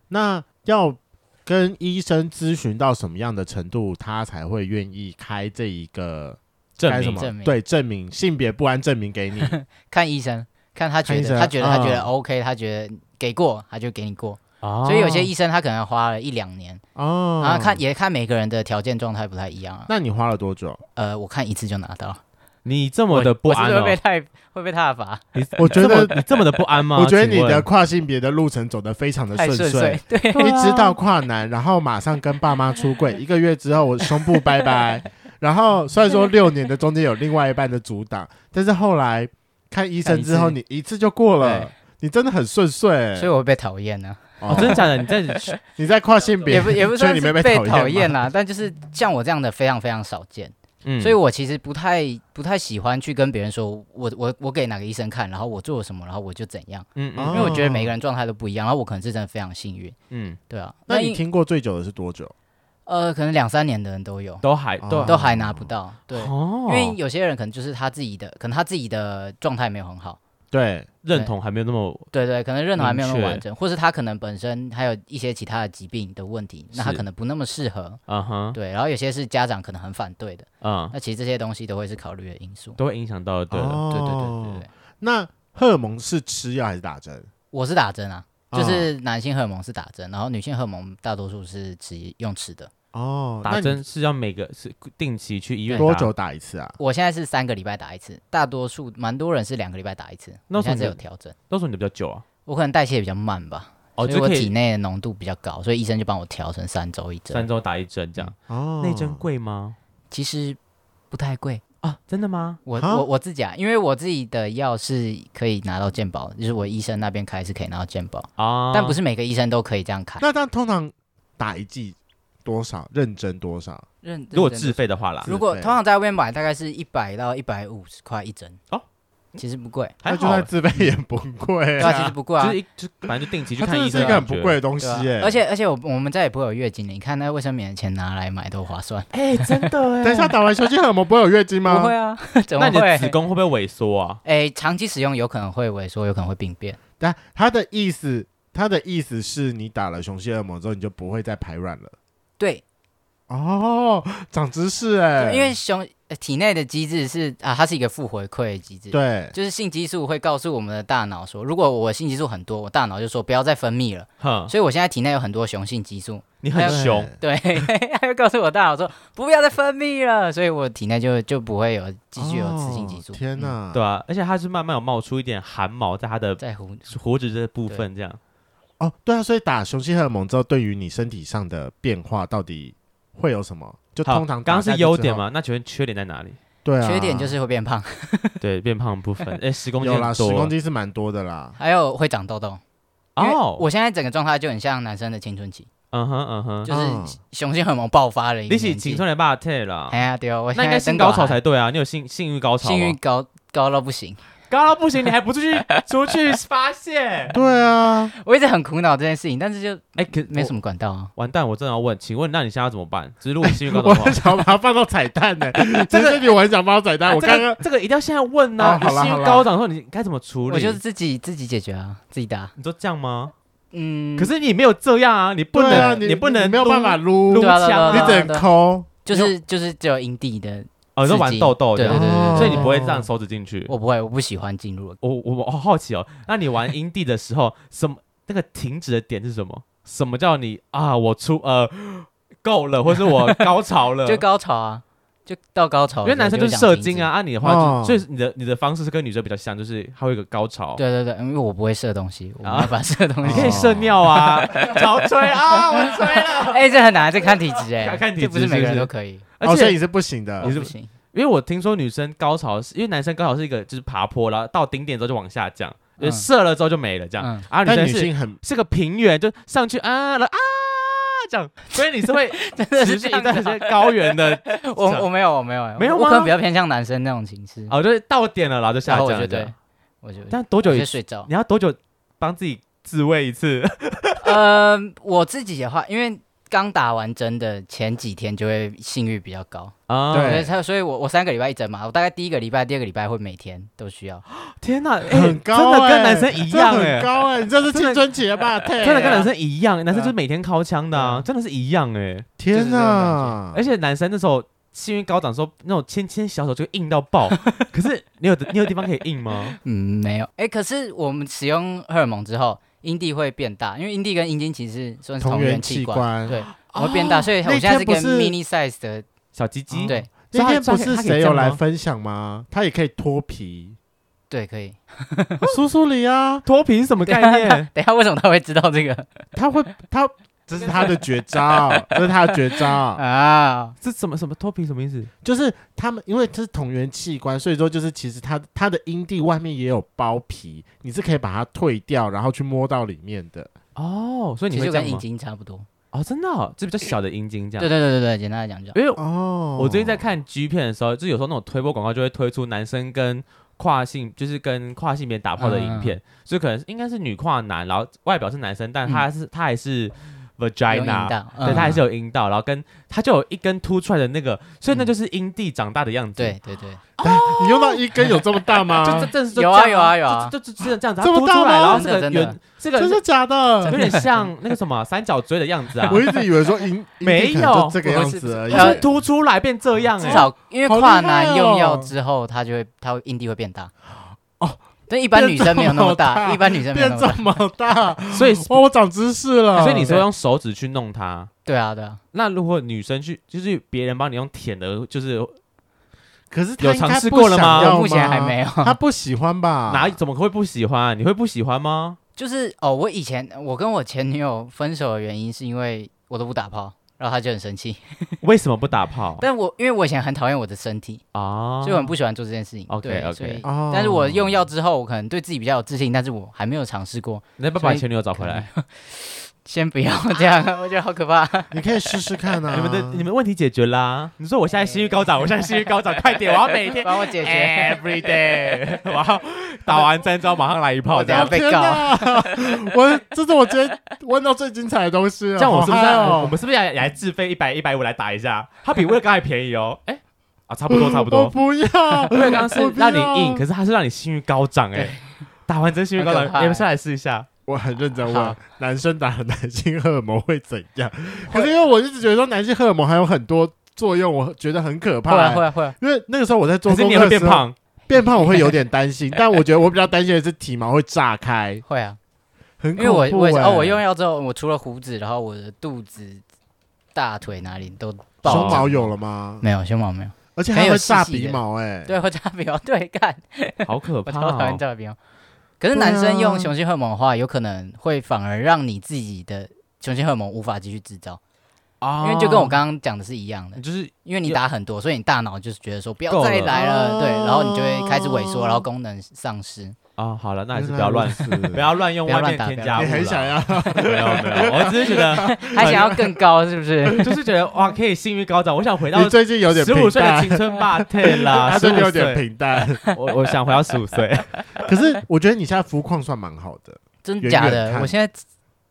A: 那要跟医生咨询到什么样的程度，他才会愿意开这一个
B: 证
A: 该什
B: 明
A: 么
C: 证明
A: 对，证明性别不安证明给 你。
C: 看医生，看他觉
A: 看医生
C: 得他觉得他觉得
A: 嗯
C: OK，他觉得给过他就给你过。
B: 哦
C: 所以有些医生他可能花了一两年，
A: 哦，
C: 然后啊看也看每个人的条件状态不太一样啊。
A: 那你花了 多久？
C: 呃，我看一次就拿到，
B: 你这么的不
C: 我是
B: 安
C: 是会被
B: 哦，
C: 太会被踏罚，
A: 我觉
B: 这么
A: 得
B: 你这么的不安吗？
A: 我觉得你
B: 请问
A: 的跨性别的路程走得非常的
C: 太顺
A: 呃遂
C: 遂，，对，
B: 啊
A: 一直到跨男，然后马上跟爸妈出柜，一个月之后我胸部拜拜。 然后虽然说六年的中间有另外一半的阻挡，但是后来看医生之后，
C: 看
A: 你一次就过了
C: 对，
A: 你真的很顺遂欸。
C: 所以我会被讨厌呢。
B: 哦，真的假的？你在
A: 你在跨性别
C: 也不也不
A: 所以
C: 算
A: 你
C: 是
A: 没
C: 被啊
A: 讨厌吗
C: 啦，但就是像我这样的非常非常少见，
B: 嗯
C: 所以我其实不太不太喜欢去跟别人说我我我给哪个医生看，然后我做了什么，然后我就怎样，
B: 嗯
A: 哦
C: 因为我觉得每个人状态都不一样，然后我可能是真的非常幸运，
B: 嗯，
C: 对啊。
A: 那你
C: 因
A: 听过最久的是多久？
C: 呃，可能两三年的人都有，
B: 都还都
A: 哦
C: 都还拿不到， 对。
B: 哦，
C: 因为有些人可能就是他自己的，可能他自己的状态没有很好，
A: 对，
B: 认同还没有那么
C: 对对，可能认同还没有那
B: 嗯
C: 么
B: 明确
C: 完整，或是他可能本身还有一些其他的疾病的问题，那他
B: 是
C: 可能不那么适合，
B: 嗯哼
C: 对。然后有些是家长可能很反对的，
B: 嗯，
C: 那其实这些东西都会是考虑的因素。
B: 都会影响到对了，
A: 哦
C: 对对对对对，
A: 那荷尔蒙是吃药还是打针？
C: 我是打针啊，就
A: 哦
C: 是男性荷尔蒙是打针，然后女性荷尔蒙大多数是吃用吃的。
A: 哦，那
B: 打
A: 你
B: 针是要每个是定期去医院
A: 多
B: 打
A: 久？打一次啊？
C: 我现在是三个礼拜打一次，大多数蛮多人是两个礼拜打一次。
B: 那
C: 我
B: 为什么
C: 现在是
B: 你
C: 有调整，
B: 到时候你的比较久啊，
C: 我可能代谢比较慢吧，
B: 哦，
C: 所以
B: 就
C: 我
B: 可
C: 体
B: 以
C: 内的浓度比较高，所以医生就帮我调成三周一针
B: 三。周打一针这样。
A: 哦，
B: 内针贵吗？
C: 其实不太贵，
B: 啊，真的吗？
C: 我
A: 哈
C: 我我自己啊，因为我自己的药是可以拿到健保，就是我医生那边开是可以拿到健保，
B: 啊，
C: 但不是每个医生都可以这样开。
A: 那他通常打一剂多少？认真多少？
C: 认
B: 如果
C: 认真
B: 自费的话啦，
A: 自
C: 如果
A: 费
C: 通常在外面买，大概是一百到一百五十块一针
B: 哦，
C: 其实不贵，
B: 还
A: 那就
B: 好欸
A: 算，自费也不贵
C: 对
A: 啊，
C: 啊，其实不贵啊
B: 就是。一就反正就定期去
A: 它
B: 看
A: 真的
B: 医生
A: 是一
B: 的
A: 个很
B: 感
A: 不
B: 觉，
A: 贵的东西
C: 对啊
A: 耶。
C: 而且而且我我们再也不会有月经的，你看那卫生棉的钱拿来买多 划算，
B: 哎，真 的哎。
A: 等一下，打完雄性荷尔蒙不会有月经吗？
C: 不会啊， 怎
B: 那
C: 么
B: 你的子
C: 会？
B: 宫会不会萎缩啊？
C: 哎，长期使用有可能会萎缩，有可能会病变。
A: 但他的意思，他的意思是你打了雄性荷尔蒙之后，你就不会再排卵了。
C: 对，
A: 哦，长知识哎，
C: 因为胸呃体内的机制是啊，它是一个负回馈的机制，
A: 对
C: 就是性激素会告诉我们的大脑说，如果我性激素很多，我大脑就说不要再分泌了，
A: 哦
B: 哼，
C: 所以我现在体内有很多雄性激素，
B: 你很
A: 对
B: 凶，
C: 对， 他就告诉我大脑说不要再分泌了，所以我体内就就不会有继续有雌性激素。
A: 哦天
C: 嗯！
A: 哪，
B: 对啊，而且它是慢慢有冒出一点汗毛在它的
C: 在乎
B: 胡子这部分，这样
A: 哦，对啊，所以打雄性荷尔蒙之后，对于你身体上的变化到底会有什么？就
B: 好
A: 通常
B: 刚刚
A: 打下
B: 是
A: 去
B: 优
A: 之
B: 点
A: 后？
B: 嘛？那请问缺点在哪 里？
A: 对啊，
C: 缺点就是会变胖，
B: 对，变胖 的部分，哎，十公斤
A: 有啦，
B: 很
A: 十
B: 多
A: 公斤是蛮多的啦。
C: 还有会长痘痘。因为
B: 哦，
C: 我现在整个状态就很像男生的青春期，
B: 嗯哼嗯哼，
A: 嗯
C: 就是雄性荷尔蒙爆发了一个
B: 你是
C: 年
B: 青
C: 纪。
B: 春的霸退了
C: 哎，呀，对哦，我
B: 那
C: 现
B: 应
C: 在
B: 该性
C: 登高
B: 高潮
C: 喊
B: 才对啊，你有性性欲高潮吗？
C: 性欲高高到不行，
B: 高
A: 哦
B: 到不行，你还不出去出去发 泄？
A: 对啊，
C: 我一直很苦恼这件事情，但是就
B: 哎，可
C: 没什
B: 么。
C: 么管道啊。
B: 完蛋，我正要问，请问那你现在要怎么办？只是如果你性欲高 潮
A: 我
B: 的话
A: 很，想把它放到彩蛋 呢、这个你我很想放到彩蛋。
B: 啊
A: 我
B: 这
A: 刚
B: 个
A: 刚
B: 这个一定要现在问呐！
A: 哦
B: 你
A: 好啦
B: 性
A: 好
B: 欲
A: 啦
B: 高涨的时候，你该怎么处理？
C: 我就是自己自己解决啊，自己打。
B: 你说这样吗？
C: 嗯，
B: 可是你没有这样啊，你不
A: 对啊，
B: 能，
A: 你
B: 不能
A: 你没有
B: 撸
A: 办法撸，
B: 撸
A: 你
C: 对啊对啊
B: 枪
C: 对啊
B: 啊，
C: 对啊
A: 只能抠。
C: 就是就是只有阴蒂的，
B: 哦，你说玩痘痘这
C: 对
B: 样
C: 对对对
A: 哦
C: 对，
B: 所以你不会这样手指进去。
C: 我不会，我不喜欢进入。
B: 我我我好好奇哦，那你玩阴地的时候， 什么那个停止的点是什么？什么叫你啊？我出呃够了，或是我高潮 了？
C: 就高潮啊，就到高潮。
B: 因为男生
C: 就
B: 就是射精啊，。按、你的话就，
A: 哦
B: 所以你的你的方式是跟女生比较像，就是它会有一个高潮，
C: 对对对，因为我不会射东西，我没
B: 啊
C: 办法射东
B: 你
C: 西。哦
B: 可以射尿啊，潮吹啊，
A: 哦
B: 我吹了。
C: 哎，这很难，这看体质哎，
B: 看看体质
C: 这不是每
B: 是不
C: 个人
B: 是
C: 都可以。
B: 而
A: 哦，所以
B: 且
A: 你是不行的
C: 我
B: 你。是
C: 不行，
B: 因为我听说女生高潮是，因为男生高潮是一个就是爬坡，然后到顶点之后就往下降，就
C: 嗯
B: 射了之后就没了这样。
C: 嗯
B: 啊，女
A: 但
B: 生
A: 女
B: 是
A: 性很
B: 是个平原，就上去啊了啊这样，所以你是会
C: 真的
B: 持
C: 是
B: 续
C: 这
B: 一
C: 样
B: 段时
C: 子
B: 间
C: 啊。
B: 高原的
C: 我我没有我没有哎
B: 没有
C: 我我
B: 吗
C: 可能比较偏向男生那种情绪。
B: 哦，就是到点了，然后就下
C: 然后
A: 哦
B: 降
C: 我
B: 了
C: 就
B: 这
C: 对
B: 样。，
C: 我就
B: 但多久
C: 我
B: 一
C: 就
B: 次
C: 睡着。
B: 你要多久帮自己自慰 一次？
C: 呃，我自己的话，因为刚打完针的前几天就会性欲比较高，
B: 啊，
A: 对
C: 所以他所以我我三个礼拜一针嘛，我大概第一个礼拜、第二个礼拜会每天都需要。
B: 天哪，哎
A: 很高、
B: 真
A: 欸，
B: 的跟男生一样
A: 真的
B: 哎
A: 很，高哎、欸你这是青春期的吧？
B: 真
A: 真
B: 的跟男生一样，男
A: 嗯
B: 生就是每天靠枪的
C: 对
B: 啊，
C: 啊
B: 真的是一样哎，
A: 天哪！
B: 而且男生那时候。幸运高涨的时候，那种牵牵小手就硬到 爆。可是你有你有地方可以硬吗？
C: 嗯，没有。哎、可是我们使用荷尔蒙之后，阴蒂会变大，因为阴蒂跟阴茎其实算是
A: 同
C: 同
A: 源
C: 源
A: 器
C: 器官，
A: 官
C: 对，我会变大，所以我现在是
A: 那
C: 跟
A: 天不是
C: mini size 的，
B: 小鸡鸡，
C: 嗯对
A: 那天
B: 所
A: 不
B: 以他
A: 是
B: 他可以
A: 谁
B: 这
A: 有
B: 样
A: 来
B: 吗
A: 分享吗？他也可以脱皮，
C: 对，可以。
A: 苏苏里啊，
B: 脱皮是什么概念？
C: 等一下为什么他会知道这个
A: 他会他 这是他的绝招，这是他的绝 招，
C: 啊？
B: 这什么什么脱皮什么意思？
A: 就是他们因为这是同源器官，所以说就是其实他他的阴蒂外面也有包皮，你是可以把它退掉，然后去摸到里面的。
B: 哦，所以你
C: 其实
B: 会
C: 就
B: 这样
C: 跟阴
B: 吗？
C: 茎差不多，
B: 哦，真的、哦，这比较小的阴茎这样。
C: 对对对对对，简单来讲就
B: 因为
A: 哦
B: 我最近在看 G 片的时候，就有时候那种推播广告就会推出男生跟跨性，就是跟跨性别打炮的影
C: 嗯
B: 片，所以可能应该是女跨男，然后外表是男生，但他是、他还是
C: 嗯有引
B: vagina，
C: 导，
B: 对，他还是有
C: 有。
B: 阴道，然后跟他就有一根凸出来的那个，所以那就是阴蒂长大的样子。
C: 对，对对，
A: 你用到一根有这么大吗？
B: 就这正是就
C: 有啊
B: 这样
C: 有啊有啊
B: 就就就真的这样子，它
A: 这么
B: 凸
A: 大
B: 出来，
A: 吗
B: 然后这个
C: 真的真的
B: 圆这
A: 真的
B: 个
A: 假
B: 有
A: 的？
B: 点像那个什么三角锥的样子啊，
A: 我一直以为说银
B: 没有
A: 银币可能就这个样子而已
C: 我
B: 它
C: 是
B: 是凸出来变这样
C: 至
B: 哎，
C: 少因为
A: 好厉
C: 跨
A: 害
C: 男用药
A: 哦
C: 之后，它就会它会阴蒂会变大。哦，但一般女生没有那
A: 变这么
C: 么大，
A: 大
C: 一般女生没有
A: 变
C: 那么大。
A: 这么大。
B: 所以
A: 哇，我长知识了。
B: 所以你说用手指去弄它。
C: 对啊对啊，
B: 那如果女生去，就是别人帮你用舔的，就是
A: 可是他
B: 有
A: 应该
B: 尝试
A: 不
B: 过了
A: 想
B: 吗
A: 要
C: 我目前还没有。
A: 他不喜欢吧？
B: 哪怎么会不喜欢？你会不喜欢吗？
C: 就是哦，我以前我跟我前女友分手的原因是因为我都不打炮，然后她就很生气。
B: 为什么不打炮
C: 但我因为我以前很讨厌我的身体，
B: 啊？
C: 所以我很不喜欢做这件事情。
B: OK，
C: 对
B: OK
C: 所以
A: 哦
C: 但是我用药之后，我可能对自己比较有自信，但是我还没有尝试过。
B: 你要不要把前女友找回来？
C: 先不要这样，我觉得好可怕。
A: 你可以试试看啊。
B: 你们的你们问题解决啦。你说我现在性欲高涨，我现在性欲高涨，快点，我要每 天
C: 帮我 解
B: 哎
C: 决。
B: every day，我要打完针之后马上来一炮，
C: 我
B: 这
C: 等下
B: 样
C: 被
A: 天
C: 告
A: 哪！我这是我今天问到最精彩的东西了。
B: 这样我是不是
A: 好嗨
B: 要
A: 哦
B: 我们是不是要来自费一百一百五来打一下？它比威尔刚还便宜哦。哎啊，差不 多差不
A: 我
B: 多。
A: 不要，
B: 威尔刚是
A: 我不
B: 让你
A: 要
B: 硬，可是它是让你性欲高涨哎
C: 对。
B: 打完针性欲高涨
C: 很可，怕
B: 你们下来试一下。
A: 我很认真问
C: 好，
A: 男生打了男性荷尔蒙会怎样？可是因为我一直觉得说男性荷尔蒙还有很多作用，我觉得很可怕、欸
C: 会啊会啊会啊，
A: 因为那个时候我在做
B: 可是
A: 功
B: 你也
A: 课
B: 会
A: 的
B: 变
A: 时候，
B: 胖，
A: 变胖我会有点担心，但我觉得我比较担心的是体毛会炸开，
C: 会啊，
A: 很
C: 因为我
A: 恐怖
C: 我也是
A: 欸
C: 哦，我用药之后，我除了胡子，然后我的肚子、大腿哪里都爆
A: 胸
C: 炸
A: 毛有了吗？
C: 没有，胸毛没有。
A: 而且还
C: 没
A: 会
C: 有
A: 炸
C: 细细的
A: 鼻毛哎、
B: 啊
C: 对，会炸鼻毛，对，干，
B: 好可
C: 我
B: 怕
C: 超讨
B: 哦
C: 厌！炸鼻毛。可是
A: 对
C: 男生
A: 啊
C: 用雄性荷尔蒙的话，有可能会反而让你自己的雄性荷尔蒙无法继续制造，因
B: 啊
C: 为就
A: 哦
C: 跟我刚刚讲的是一样的
B: 你，就是
C: 因为你打很多，所以你大脑就是觉得说不要
B: 够
C: 再
B: 了
C: 来了，对，然后你就会开始萎
A: 哦
C: 缩，然后功能丧失。
B: 啊，好了，那还是
A: 原
B: 不
A: 来
B: 要
A: 如
B: 乱，
A: 此
B: 不要乱用
C: 不要
B: 外面
C: 乱打
B: 添
C: 不要
B: 加物
A: 欸你
B: 啦。
A: 很想要，
B: 没有没有，我只是觉得，
C: 还想要更高是不是？
B: 就是觉得哇，可以性欲高涨，我想回到
A: 你最近有点
B: 十五
A: 平
B: 岁的
A: 淡
B: 青，春霸退啦，
A: 他
B: 十
A: 最
B: 五
A: 近有点
B: 岁，
A: 平淡。
B: 我我想回到十五岁，
A: 可是我觉得你现在肤况算蛮好的，
C: 真
A: 远
C: 假
A: 远
C: 的？
A: 看
C: 我现在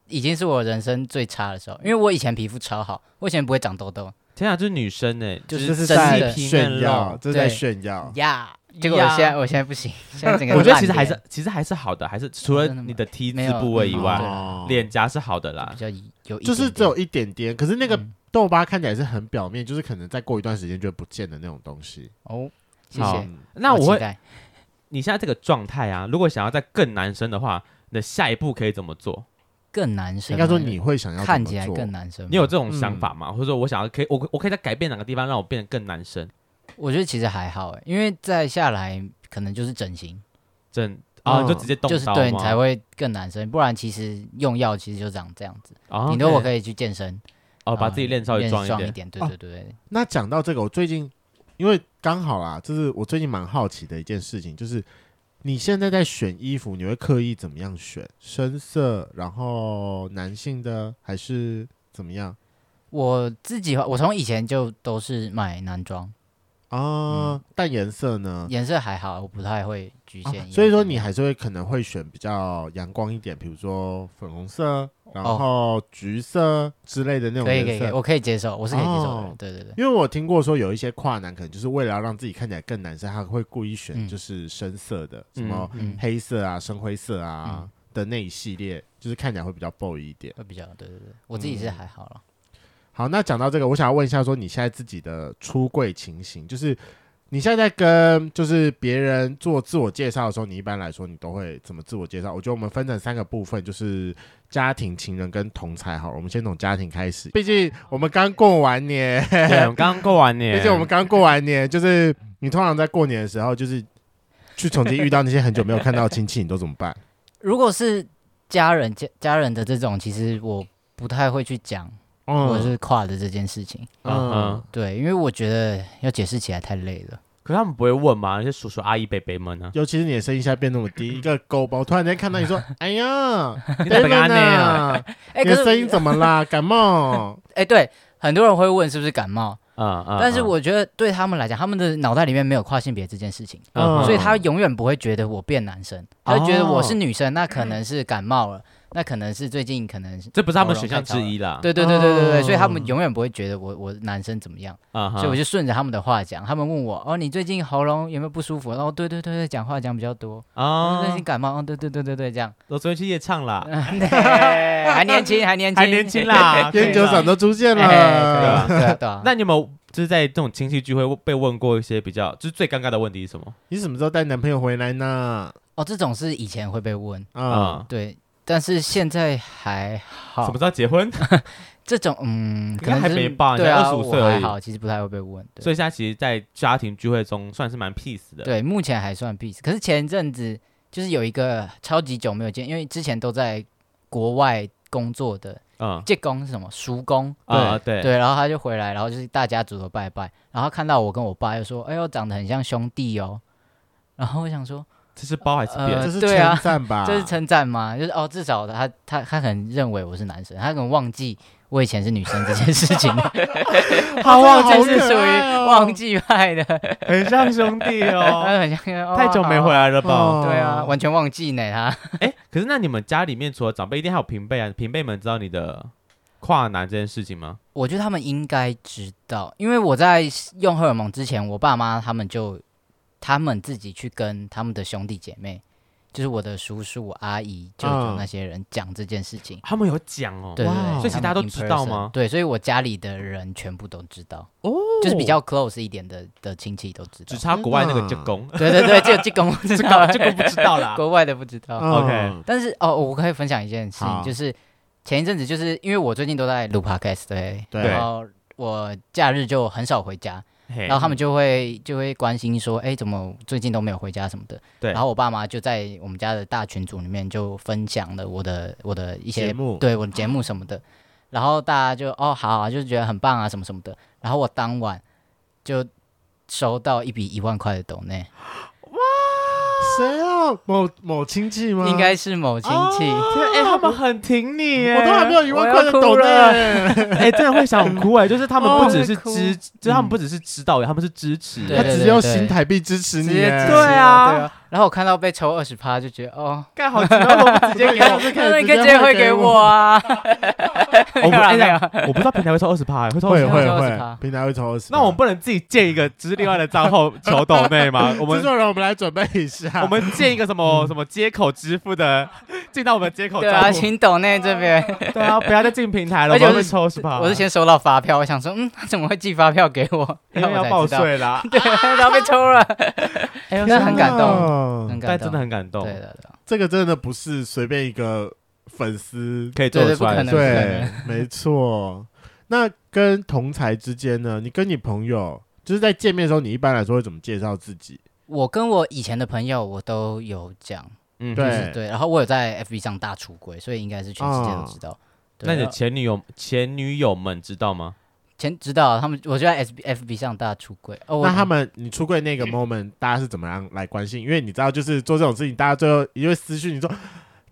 C: 已经是我人生最差的时候，因为我以前皮肤超好，我以前不会长痘痘
B: 天啊，就是女生哎，
C: 就是
A: 这
B: 是
A: 是
C: 真的
A: 在
B: 细皮嫩
A: 炫耀，
B: 肉。
A: 这是在
C: 对
A: 炫耀。
C: 呀。结果我
B: 呀
C: 现在我现在不 行，现在整个
B: 我觉得
C: 烂
B: 其实还
C: 脸
B: 是其实还是好的，还是除了
C: 真的吗
B: 你的 T
C: 没
B: 字
C: 有
B: 部位以
C: 嗯
B: 外，
A: 哦
B: 脸颊是好的啦
C: 比。较有一
A: 就是
C: 点
A: 只有
C: 点
A: 一点点，可是那个
C: 嗯
A: 痘疤看起来是很表面，就是可能再过一段时间就会不见的那种东西。
C: 哦，谢
B: 好
C: 谢。
A: 嗯
B: 那我
C: 期
B: 会，
C: 待
B: 你现在这个状态啊，如果想要再更男生的话，你的下一步可以怎么做？
C: 更男生
A: 应
C: 吗，
A: 该说你会想要
C: 看
A: 怎
C: 起
A: 么
C: 来
A: 做
C: 更男生吗。
B: 你有这种想法
C: 嗯
B: 吗？或者说我想要可以，我我可以再改变哪个地方让我变得更男生？
C: 我觉得其实还好哎，因为再下来可能就是整形，
B: 真啊，
A: 嗯
B: 你就直接动
C: 哦就是
B: 刀
C: 对你
B: 吗
C: 才会更男生，不然其实用药其实就长这样子。
B: 啊
C: 顶多我可
B: 以
C: 以去健身，
B: 哦，把
C: 呃
B: 自己练稍微
C: 练
B: 壮一
C: 壮一
B: 点。
C: 点，对
A: 哦
C: 对对对。
A: 那讲到这个，我最近因为刚好啦，这是我最近蛮好奇的一件事情，就是你现在在选衣服，你会刻意怎么样选？深色，然后男性的还是怎么样
C: 我自己的话，我从以前就都是买男装，
A: 啊？淡颜色呢？
C: 颜色还好，我不太会局
A: 啊
C: 限嗯一样、
A: 嗯所以说你还是会可能会选比较阳光一点，比如说粉红色，然后橘色之类的那种
C: 可以哦可
A: 颜
C: 以，可以
A: 色。
C: 我可以接受，我是可以接受的。
A: 哦
C: 对对对，
A: 因为我听过说有一些跨男可能就是为了要让自己看起来更男生，他会故意选
C: 嗯
A: 就是深色的，什
B: 嗯
A: 么
C: 嗯，
A: 黑色啊、深灰色啊、的那一系列，就是看起来会比较 boy 一点。
C: 会比较对对对，我自己是还好
A: 嗯
C: 了。
A: 好，那讲到这个，我想要问一下，说你现在自己的出柜情形，就是你现在在跟就是别人做自我介绍的时候，你一般来说你都会怎么自我介绍？我觉得我们分成三个部分，就是家庭、情人跟同才。好了，我们先从家庭开始，毕竟我们刚过完年，
B: 对，我们刚刚过完年，
A: 毕竟我们刚过完年，就是你通常在过年的时候，就是去重庆遇到那些很久没有看到的亲戚，你都怎么办？
C: 如果是家人家家人的这种，其实我不太会去讲我
A: 嗯
C: 是跨的这件事情。
B: 嗯嗯
C: 对，因为我觉得要解释起来太累了。
B: 可是他们不会问吗？那些叔叔阿姨、伯伯 们呢？
A: 尤其是你的声音现在变那么低，一个狗宝突然间看到你说：“哎呀，
B: 你怎么跟他那样
A: 啊？你
C: 哎、可
A: 的声
C: 是
A: 音怎么 啦？感冒
C: 哎、对，很多人会问是不是感冒，
B: 嗯
A: 啊
B: 嗯。
C: 但是
B: 嗯
C: 我觉得对他们来讲，他们的脑袋里面没有跨性别这件事情，
A: 嗯
C: 所以他永远不会觉得我变男生，他会觉得我是女生，那可能是感冒了，那可能是最近可能是。
B: 这不是他们选项之一啦。
C: 对对对对对对，所以他们
A: 哦
C: 永远不会觉得我我男生怎么样，
B: 啊哈
C: 哦所以我就顺着他们的话讲。他们问我哦，你最近喉咙有没有不舒服？然后对对对对，讲话讲比较多。哦，最
B: 啊
C: 近，感冒。哦，对对对对对，这样。
B: 我昨天去夜唱啦，
C: 啊还年轻，还年轻，
B: 还年轻啦，
A: 烟酒嗓都出现
C: 哎。对
A: 了。
C: 啊对啊对啊。
B: 那你有没有就是在这种亲戚聚会被问过一些比较就是最尴尬的问题是什么？
A: 你什么时候带男朋友回来呢？
C: 哦，这种是以前会被问，
A: 啊
B: 啊，，
C: 对，但是现在还好。
B: 什么时候结婚？
C: 这种嗯，可
B: 该
C: 能
B: 还
C: 是
B: 没吧你
C: 对
B: 才
C: 啊，
B: 25
C: 我
B: 岁而
C: 还
B: 已
C: 好，其实不太会被问。对
B: 所以现在其实，在家庭聚会中算是蛮 peace 的。
C: 对，目前还算 peace。可是前一阵子就是有一个超级久没有见，因为之前都在国外工作的，
B: 嗯，
C: 借工是什么？叔公。
B: 啊对，
C: 对，然后他就回来，然后就是大家族的拜拜，然后他看到我跟我爸又说：“哎呦，长得很像兄弟哦。”然后我想说，
B: 这是包还是
C: 呃
A: 这
B: 变？
A: 是
C: 对啊
A: 称赞吧？
C: 这是称赞吗？就是哦，至少他他他可能认为我是男生，他可能忘记我以前是女生这件事 情， 他
A: 啊
C: 忘记是属于
A: 哦
C: 忘记派的，
B: 很像兄弟 哦，
C: 他很像
B: 太久没回。来了吧？
A: 哦
C: 对啊，完全忘记呢他。
B: 哎，可是那你们家里面除了长辈，一定还有平辈啊？平辈们知道你的跨男这件事情吗？
C: 我觉得他们应该知道，因为我在用荷尔蒙之前，我爸妈他们就他们自己去跟他们的兄弟姐妹，就是我的叔叔、阿姨、舅舅
A: 嗯
C: 那些人讲这件事情。
B: 他们有讲哦，
C: 对对
A: 哇
C: 对，
A: 所以
B: 其
C: 他
B: 实大家都
C: 们 in
B: 知道
C: person
B: 吗
C: 对，所以我家里的人全部都知道，
B: 哦，
C: 就是比较 close 一点的的亲戚都知道
B: 只。差国外那个
A: 天哪
B: 职工，
C: 对对对，只有这个我知
B: 这
C: 道
B: 个，这个不知道啦。
C: 国外的不知道。
A: 嗯
B: OK
C: 但是哦，我可以分享一件事
A: 好
C: 情，就是前一阵子，就是因为我最近都在录 podcast，对，
A: 对哎
C: 然后我假日就很少回家，
B: 嘿
C: 然后他们就会就会关心说，哎，怎么最近都没有回家什么的。
B: 对
C: 然后我爸妈就在我们家的大群组里面就分享了我的我的一些
A: 节目啊
C: 对我的节目什么的，然后大家就哦好啊，就是觉得很棒啊什么什么的。然后我当晚就收到一笔一万块的抖内，
A: 谁啊？某某亲戚吗？
C: 应该是某亲戚。
B: 天哎，他们很挺你耶，
A: 我都还没有一万块的
C: 我要哭
A: 抖啊呢。
B: 哎，真的会想哭哎，就是他们不只是
C: 哦会哭
B: 支，就是他们不只是知道，他们是支持。
A: 他
C: 对
A: 只用新台币支持你
C: 直接
A: 耶，
C: 支持
B: 对
C: 我
B: 啊
C: 对啊。然后我看到被抽二十趴，就觉得哦，
B: 干好奇怪，我 们直接给我。
A: 可以
C: 那你可以
A: 直接
C: 直接
A: 汇
C: 汇
A: 给
C: 给
A: 我
C: 我啊。
B: 我不
C: 要啦
B: 哎
C: 要
B: 呀我不知道平台会抽二十趴，哎会抽
A: 会
B: 20%
A: 会
C: 抽
A: 会
C: 20%，
A: 平台会抽二十。
B: 那我们不能自己建一个，就是另外的账号求抖内 吗？我
A: 制
B: 们
A: 作人，我们来准备一下。
B: 我们建一个什
C: 嗯
B: 么什么接口支付的，进到我们的接口
C: 对
B: 账
C: 啊，
B: 户。
C: 请抖内这边，
B: 对啊，不要再进平台了，
C: 而且
B: 我
C: 我
B: 们会
C: 是
B: 抽二十趴。
C: 我是先收到发票，我想说，嗯，他怎么会寄发票给我？
B: 因
C: 然后
B: 为
C: 我
B: 要
C: 才
B: 报
C: 知道，
B: 税啦。
C: 对，然后被抽 了，
B: 哎呦
C: 真的很感动
A: 动
B: 但
C: 很感动，
B: 真的很感动
C: 对，的，对的
A: 这个真的不是随便一个粉丝，
B: 可以做
C: 对
B: 得
C: 对
B: 出来的
C: 不可
B: 事。
C: 能
A: 对，没错。那跟同才之间呢？你跟你朋友就是在见面的时候，你一般来说会怎么介绍自己？
C: 我跟我以前的朋友，我都有讲，
B: 嗯
A: 对
C: 就是对，然后我有在 FB 上大出轨，所以应该是全世界都知道。对
B: 哎那你的
C: 然后
B: 前女友前女友们知道吗？
C: 前知道他们，我就在 S B F B 上大出轨哦。我
A: 那他们你出柜那个 moment，大家是怎么样来关心？因为你知道，就是做这种事情，大家最后也会私讯你说：“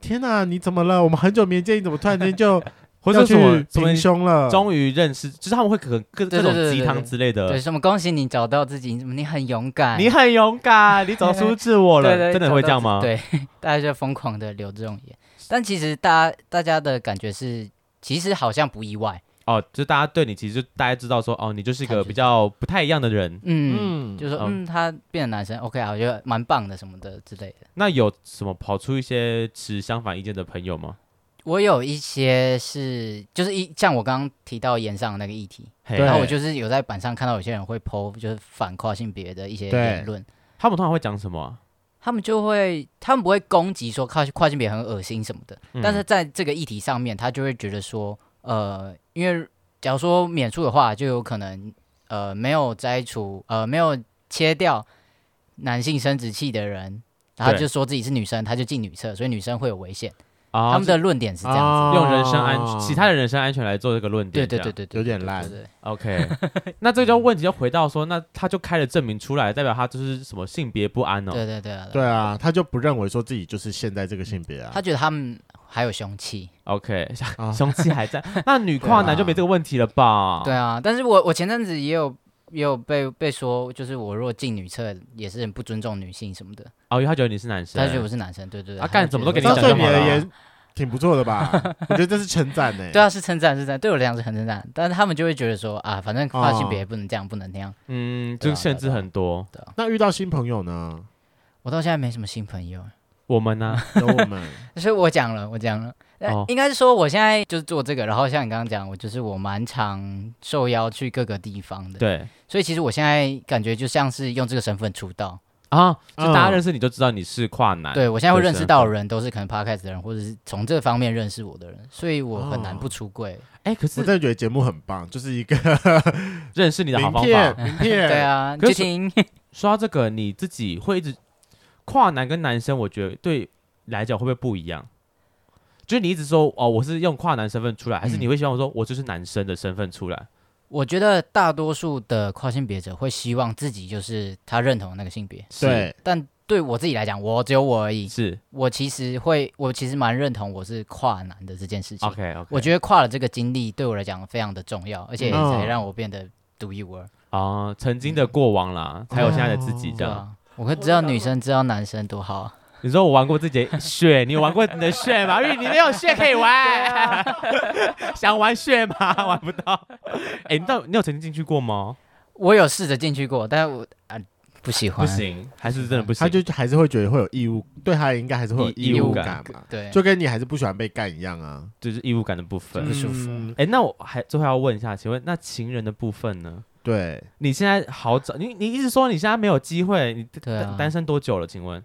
A: 天哪、你怎么了？我们很久没见，你怎么突然间就
B: 或
A: 要
B: 者
A: 去啊
B: 什么什么
A: 平胸了？”
B: 终于认识，就是他们会各各各
C: 对对
B: 种
C: 对对
B: 鸡汤之类
C: 对
B: 的。
C: 什么恭喜你找到自己，你很勇敢，
B: 你很勇敢，你走出自我
C: 对
B: 了，
C: 对
B: 真的会这样吗？
C: 对， 大家就疯狂的留这种言，但其实大家大家的感觉是，其实好像不意外，
B: 哦，就大家对你其实就大家知道说，哦，你就是一
C: 看
B: 个
C: 着
B: 比较不太一样的人。
C: 嗯，
A: 嗯，
C: 就是说
B: 嗯
C: 嗯，他变成男生，OK 啊，我觉得蛮棒的什么的之类的。
B: 那有什么跑出一些持相反意见的朋友吗？
C: 我有一些是，就是一像我刚刚提到延上的那个议题，
B: 嘿
A: 对
C: 然后我就是有在板上看到有些人会 PO 就是反跨性别的一些
A: 对
C: 言论，
B: 他们通常会讲什么啊？
C: 他们就会他们不会攻击说跨跨性别很恶心什么的，
B: 嗯
C: 但是在这个议题上面，他就会觉得说，呃，因为假如说免除的话，就有可能呃没有摘除呃没有切掉男性生殖器的人，然后
B: 对
C: 就说自己是女生，他就进女厕，所以女生会有危险。
B: 啊，
C: 他们的论点是这样
A: 哦
C: 子。
B: 用人身安、
A: 啊
B: 其他的人身安全来做这个论
C: 对
B: 点，这
C: 对对
B: 样
C: 对对，
A: 有点
C: 对
A: 烂。
C: 对对
B: ，OK，那 这就问题就回到说，那他就开了证明出来，代表他就是什么性别不安哦，
C: 对对对啊
A: 对啊，他就不认为说自己就是现在这个性别啊
C: 他。觉得他们还有凶器。
B: ，OK，
A: 啊
B: 凶器还 在，那女跨男就没这个问题了吧？
C: 哦对啊，但是我我前阵子也有也有被被说，就是我若进女厕也是很不尊重女性什么的。
B: 哦，因为他觉得你是男生，
C: 他觉得我是男生，对对对。
B: 啊
C: 他
B: 干
C: 就
B: 怎么
C: 觉
B: 都给
C: 得
A: 这
B: 你
A: 样
B: 讲
C: 我
A: 对
B: 就
A: 你
B: 好了
A: 而
B: 啊
A: 言挺不错的 吧？我觉得这是称赞欸呢。
C: 对啊，是称赞是称赞，对我来讲是很称赞，但是他们就会觉得说啊，反正跨性
A: 哦
C: 别不能这样，不能那样。
B: 嗯，
C: 对
B: 就
C: 啊
B: 限制很多。
A: 那遇到新朋友呢？
C: 我到现在没什么新朋友，
B: 我们呢？
A: 有我 们
C: 所以我讲了，我讲了，呃
B: 哦
C: 应该是说我现在就是做这个，然后像你刚刚讲，我就是我蛮常受邀去各个地方的，
B: 对
C: 所以其实我现在感觉就像是用这个身份出道，
B: 啊，就大家
A: 嗯
B: 认识你就知道你是跨男，
C: 对我现在会
B: 的
C: 认识
B: 哎身
C: 到
B: 份
C: 的人都是可能 podcast 的人，或者是从这方面认识我的人，所以我很难
A: 哦
C: 不出柜。
B: 哎，可
A: 我
B: 是
A: 真的觉得节目很棒，就是一个
B: 认识你的好
A: 名
B: 方
A: 片，
B: 法。
A: 名片。
C: 对，啊，
B: 可
C: 就是听
B: 说到这个，你自己会一直跨男跟男生，我觉得对来讲会不会不一样？就是你一直说哦，我是用跨男身份出来，还是
C: 嗯
B: 你会希望我说我就是男生的身份出来？
C: 我觉得大多数的跨性别者会希望自己就是他认同的那个性别，
A: 对，
C: 但对我自己来讲，我只有我而已。
B: 是
C: 我其实会，我其实蛮认同我是跨男的这件事情。
B: OK OK，
C: 我觉得跨了这个经历对我来讲非常的重要，而且
A: 嗯
C: 才让我变得独一无二。
B: 得嗯哦啊，曾经的过往啦，才有现在的自己这
C: 对
B: 样。
C: 啊，我会知道女生知道男生多好啊。
B: 你说我玩过自己的血，你有玩过你的血 吗？因为你没有血可以玩， 想玩血吗？玩不到。啊哎、你到你有曾经进去过吗？
C: 我有试着进去过，但我啊不喜欢，
B: 不，行，还是真的不行。
A: 他就还是会觉得会有义务，对他应该还是会有
B: 义
A: 义
B: 义务
A: 务
B: 感
A: 感嘛，
C: 对，
A: 就跟你还是不喜欢被干一样啊。
B: 就是义务感的部分。
C: 不
B: 哎、
C: 嗯舒服
A: 嗯
B: 那我还最后要问一下，请问那情人的部分呢？
A: 对，
B: 你现在好找你，你一直说你现在没有机会，你
C: 对啊
B: 单单身多久了？请问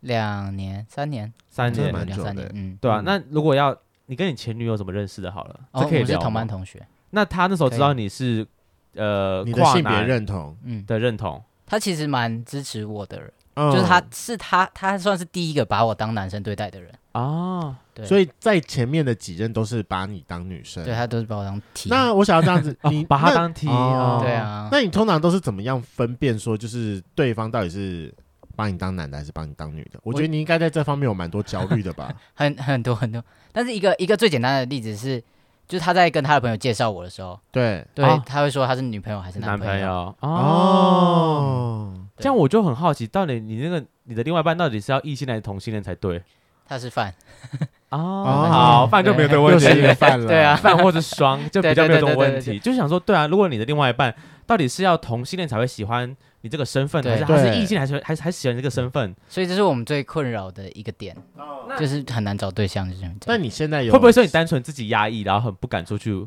C: 两年、三年，
B: 三
A: 真的
B: 年，
A: 蛮久
C: 两三
A: 的
C: 年，嗯。
B: 对啊。
A: 嗯
B: 那如果要你跟你前女友怎么认识的？好了，
C: 哦，
B: 这
C: 我
B: 可以
C: 们是
B: 聊
C: 同
B: 吗
C: 班同学，
B: 那他那时候
C: 可
B: 知
C: 以
B: 道你是呃
A: 你的
B: 跨
A: 性别
B: 男
A: 认同，
C: 嗯，
B: 的认同，
C: 他其实蛮支持我的人，
A: 就
B: 嗯
C: 就是他是他他算是第一个把我当男生对待的人，
B: 啊，
C: 对，
A: 所
C: 以
A: 以在前面的几任都是把你当女生。
C: 对他都是把我当 T。
A: 那我想要这样子，
B: 哦
A: 你
B: 把他
A: 那
B: 当 T，
A: 哦
B: 哦
C: 对啊，
A: 那你通常都是怎么样分辨说，就是对方到底是把你当男的还是把你当女的？我觉得你应该在这方面有蛮多焦虑的吧？
C: 很很多很多。但是一个一个最简单的例子是，就是他在跟他的朋友介绍我的时候，
A: 对，
C: 对、
B: 啊
C: 他会说他是女朋友还是
B: 男
C: 朋
B: 朋友哦。
A: 哦，
B: 这样我就很好奇，到底你那个你的另外一半到底是要异性恋还是同性恋才对
C: 他是饭，
B: 哦
A: 哦，
B: 好，范就没有这个 问
A: 又是一
B: 题
A: 个，犯了。
C: 对啊，
B: 范或者双就比较没有这种问
C: 对对对对对
B: 题。就想说，对啊，如果你的另外一半到底是要同性恋才会喜欢你这个身份，
C: 对
B: 还是还是
A: 对
B: 异性恋还是还是还是喜欢你这个身份，
C: 所以这是我们最困扰的一个点，就是很难找对象，就是这
A: 哦那
C: 样。
A: 你现在有
B: 会不会说你单纯自己压抑，然后很不敢出去？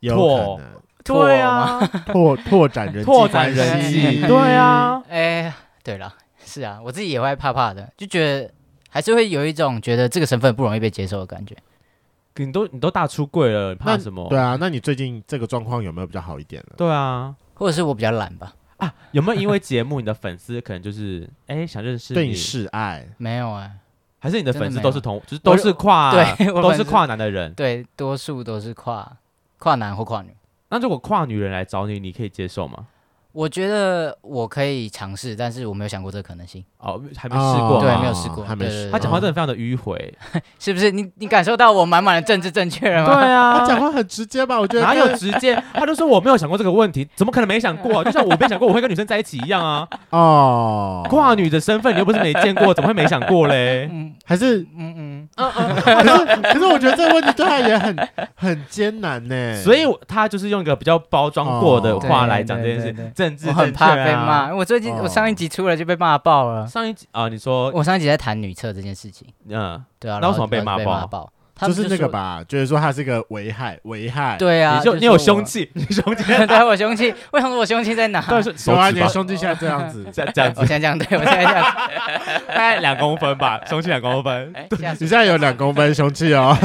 A: 有
B: 拓
A: 可能
C: 拓
B: 对啊，
A: 拓拓展人际
B: 拓
A: 关
B: 展人际，
A: 系？
B: 对啊，
C: 哎、对了，是啊，我自己也会怕怕的，就觉得还是会有一种觉得这个身份不容易被接受的感觉。
B: 你都你都大出柜了，你怕
A: 那
B: 什么？
A: 对啊，那你最近这个状况有没有比较好一点了？
B: 对啊，
C: 或者是我比较懒吧？
B: 啊，有没有因为节目，你的粉丝可能就是 哎、想认识
A: 对你示爱，
C: 没有啊，
B: 还是你的
C: 真的
B: 粉丝
C: 没
B: 都
C: 有
B: 是同，就是
C: 我
B: 都是跨，
C: 对我
B: 都
C: 粉
B: 是
C: 丝
B: 跨男的人。
C: 对，多数都是跨跨男或跨女。
B: 那如果跨女人来找你，你可以接受吗？
C: 我觉得我可以尝试，但是我没有想过这个可能性。
B: 哦，还没试过
A: 哦
B: 吗
C: 对没有试过
A: 还没
C: 对对
A: 试。
C: 对
B: 他讲话真的非常的迂 回。
C: 是不是？你你感受到我满满的政治正确了
B: 对
C: 吗？
A: 他讲
B: 啊。
A: 话很直接吧？我觉得
B: 哪有
A: 跟
B: 直 接？他就说我没有想过这个问题，怎么可能没想过？就像我没想过我会跟女生在一起一样啊！
A: 哦，
B: 跨女的身份你又不是没见过，怎么会没想过嘞？
C: 嗯
A: 还是
C: 嗯嗯，
A: 可是 可是我觉得这个问题对他也很 很艰难呢。
B: 所以我他就是用一个比较包装过的
A: 哦
B: 话
C: 对
B: 来讲这
C: 对
B: 件事
C: 对对，
B: 政治
C: 我很
B: 正
C: 怕
B: 确啊
C: 被骂。。我最近
A: 哦
C: 我上一集出来就被骂爆了。
B: 上一集啊，你说
C: 我上一集在谈女厕这件事情，
B: 嗯，
C: 对啊，
B: 那
C: 然
B: 为
C: 后
B: 什么被
C: 然后
B: 骂
C: 被
B: 爆
C: 骂爆？他
A: 就是
C: 们
A: 那个
C: 说？
A: 吧，就是说它是个危害，危害。
C: 对啊，
B: 你就你
C: 说
B: 有
C: 我
B: 凶，器， 你凶器
C: 对我凶器，我想说我凶器在哪？
B: 但是 手
A: 有啊，
B: 指
A: 你的
B: 吧，
A: 兄弟现在这样 子，
B: 这这 样子
C: 我现在这样，对我现在这样，
B: 大概两公 分吧，胸器两公分，
C: 哎，吓死
A: 你现在有两公分凶器哦。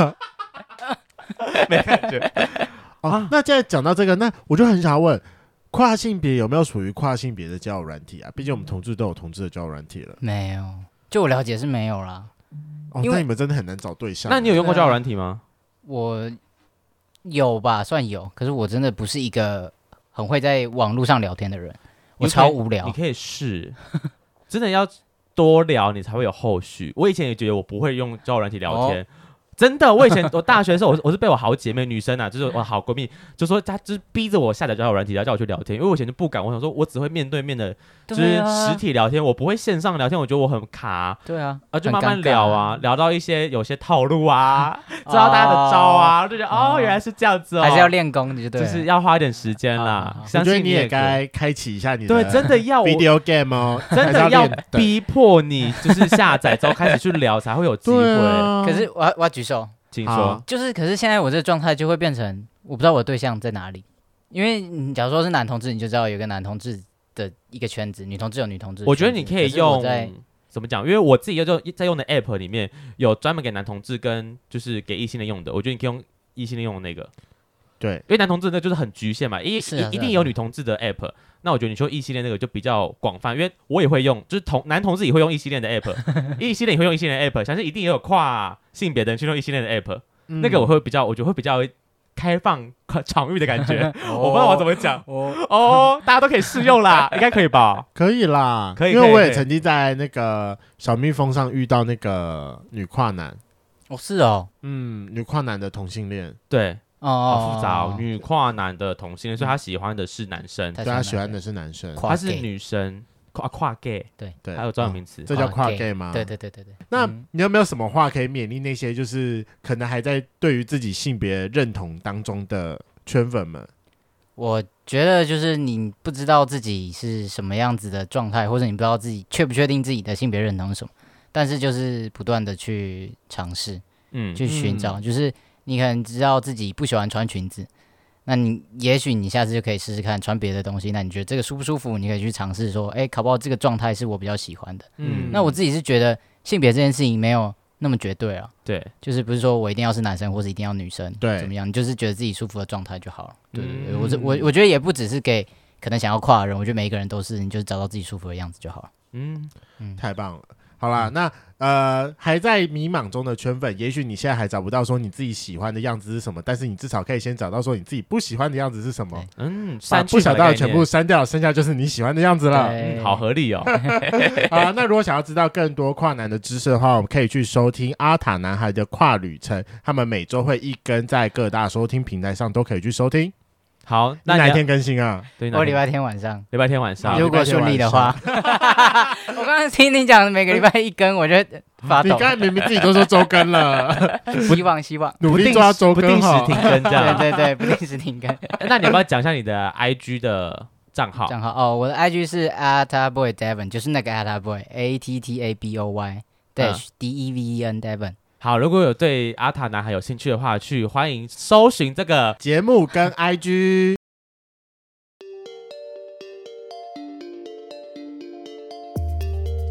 B: 没感觉。 啊
A: 哦，那现在讲到这个，那我就很想要问，跨性别有没有属于跨性别的交友软体啊？毕竟我们同志都有同志的交友软体了。
C: 没有，就我了解是没有啦。
A: 哦，
C: 因为
A: 那你们真的很难找对象。
B: 那你有用过
C: 对啊
B: 交友软体吗？
C: 我有吧，算有，可是我真的不是一个很会在网络上聊天的人，我
B: 你可以
C: 超无聊
B: 你。可以试，真的要多聊，你才会有后续。我以前也觉得我不会用交友软体聊
C: 哦
B: 天。真的，我 以前我大学的时候，我是我是被我好姐妹女生啊，就是我好闺蜜，就说她就是逼着我下载交友软体，然后叫我去聊天，因为我以前就不敢，我想说我只会面对面的，就是
C: 对啊
B: 实体聊天，我不会线上聊天，我觉得我很卡啊，
C: 对啊，
B: 就
C: 很
B: 慢慢
C: 尴尬
B: 聊啊，，聊到一些有些套路 啊，知道大家的招啊，就觉得哦
C: 哦
B: 原来是这样子哦，
C: 还是要练功，你就对
B: 就
C: 了。
B: 是要花一点时间
C: 啊
B: 啦
C: 啊啊，
A: 我
B: 相
A: 觉得
B: 信
A: 你也
B: 也可以
A: 该开启一下你的
B: 对真的 要我
A: video game 哦，
B: 真的要
A: 逼
B: 逼迫你，就是下载之后开始去聊，才会有机
A: 对
B: 会。
A: 啊。
C: 可是我要我要举手，
B: 请
A: 好
B: 说，
C: 就是可是现在我这个状态就会变成，我不知道我的对象在哪里，因为你假如说是男同志，你就知道有一个男同志的一个圈子，女同志有女同志的圈子。
B: 我觉得你可以
C: 是我
B: 用
C: 在
B: 怎么讲？因为我自己就在用的 App 里面有专门给男同志跟就是给异性恋用的，我觉得你可以用异性恋用的那个，
A: 对，
B: 因为男同志那就是很局限嘛，一一
C: 是啊
B: 一
C: 是啊
B: 定有女同志的 App。那我觉得你说异性恋那个就比较广泛，因为我也会用，就是同男同志也会用异性恋的 app，异性恋也会用异性恋的 app，相信一定也有跨性别的人去用异性恋的 app，、那
C: 嗯
B: 个我会比较，我觉得会比较开放场域的感 觉，我不知道我怎么讲
C: 哦
B: 哦，大家都可以试用 啦，应该可以吧？
A: 可以啦，
B: 可以
A: 因为
B: 可以
A: 我也
B: 可以
A: 曾经在那个小蜜蜂上遇到那个女跨男，
C: 哦是哦
A: 嗯，女跨男的同性恋，
B: 对，
C: 哦哦，
B: 好复杂、哦。
C: 哦
B: 女跨男的同性恋，所以他喜欢的是男生，
C: 太
A: 对他
C: 伤
A: 喜
C: 了
A: 欢的是男生，
C: 跨
B: 他是
C: gay
B: 女生，跨跨 gay，
A: 对，
B: 还有专
A: 嗯
B: 有名词。
A: 这叫
C: 跨
A: 跨
C: gay
A: gay 吗？
C: 对对对对对，
A: 那
C: 嗯
A: 你有没有什么话可以勉励那些就是可能还在对于自己性别认同当中的圈粉们？
C: 我觉得就是你不知道自己是什么样子的状态，或者你不知道自己确不确定自己的性别认同是什么，但是就是不断的去尝试，
B: 嗯，
C: 去寻找。就是你可能知道自己不喜欢穿裙子，那你也许你下次就可以试试看穿别的东西。那你觉得这个舒不舒服？你可以去尝试说，哎、搞不好这个状态是我比较喜欢的。
B: 嗯
C: 那我自己是觉得性别这件事情没有那么绝对啊，
B: 对，
C: 就是不是说我一定要是男生或是一定要女生，
A: 对
C: 怎么样，你就是觉得自己舒服的状态就好了。对对对，
B: 嗯
C: 我这我我觉得也不只是给可能想要跨的人，我觉得每一个人都是，你就是找到自己舒服的样子就好了。
B: 嗯，
A: 太棒了！好啦，那呃还在迷茫中的圈粉，也许你现在还找不到说你自己喜欢的样子是什么，但是你至少可以先找到说你自己不喜欢的样子是什么
C: 对，
B: 嗯，
A: 把
B: 删去
A: 不想
B: 法
A: 要的
B: 的概念
A: 全部删掉，剩下就是你喜欢的样子了。
C: 对
B: 嗯，好合 理哦。
A: 好啦，那如果想要知道更多跨男的知识的话，我们可以去收听阿塔男孩的跨旅程，他们每周会一更在各大收听平台上都可以去收听。
B: 好，
A: 那
B: 那
A: 哪一
B: 你
A: 天更新啊？
B: 对，哪
C: 我礼
B: 天
C: 拜天晚上，
B: 哦礼拜天晚
A: 好
B: 上
A: 有
C: 如果顺利的话， 我刚刚听你讲每个礼拜一更，我就发
A: 你
C: 抖
A: 刚，才明明自己都说周更了，，
C: 希望希望
A: 努
B: 不
A: 力
B: 定
A: 抓
B: 时
A: 周
B: 不
A: 更
B: 定时
A: 哈
B: 停。更这
C: 对
B: 样。
C: 对对，不定时停更。
B: 那你要不要讲一下你的 IG 的账号？
C: 账号哦，我的 IG 是 ataboy devon，就是那个 ataboy a t t a b o y
A: 嗯
C: dash d e v e n devon。
B: 好，如果有对阿塔男孩有兴趣的话，去欢迎搜寻这个
A: 节目跟 IG。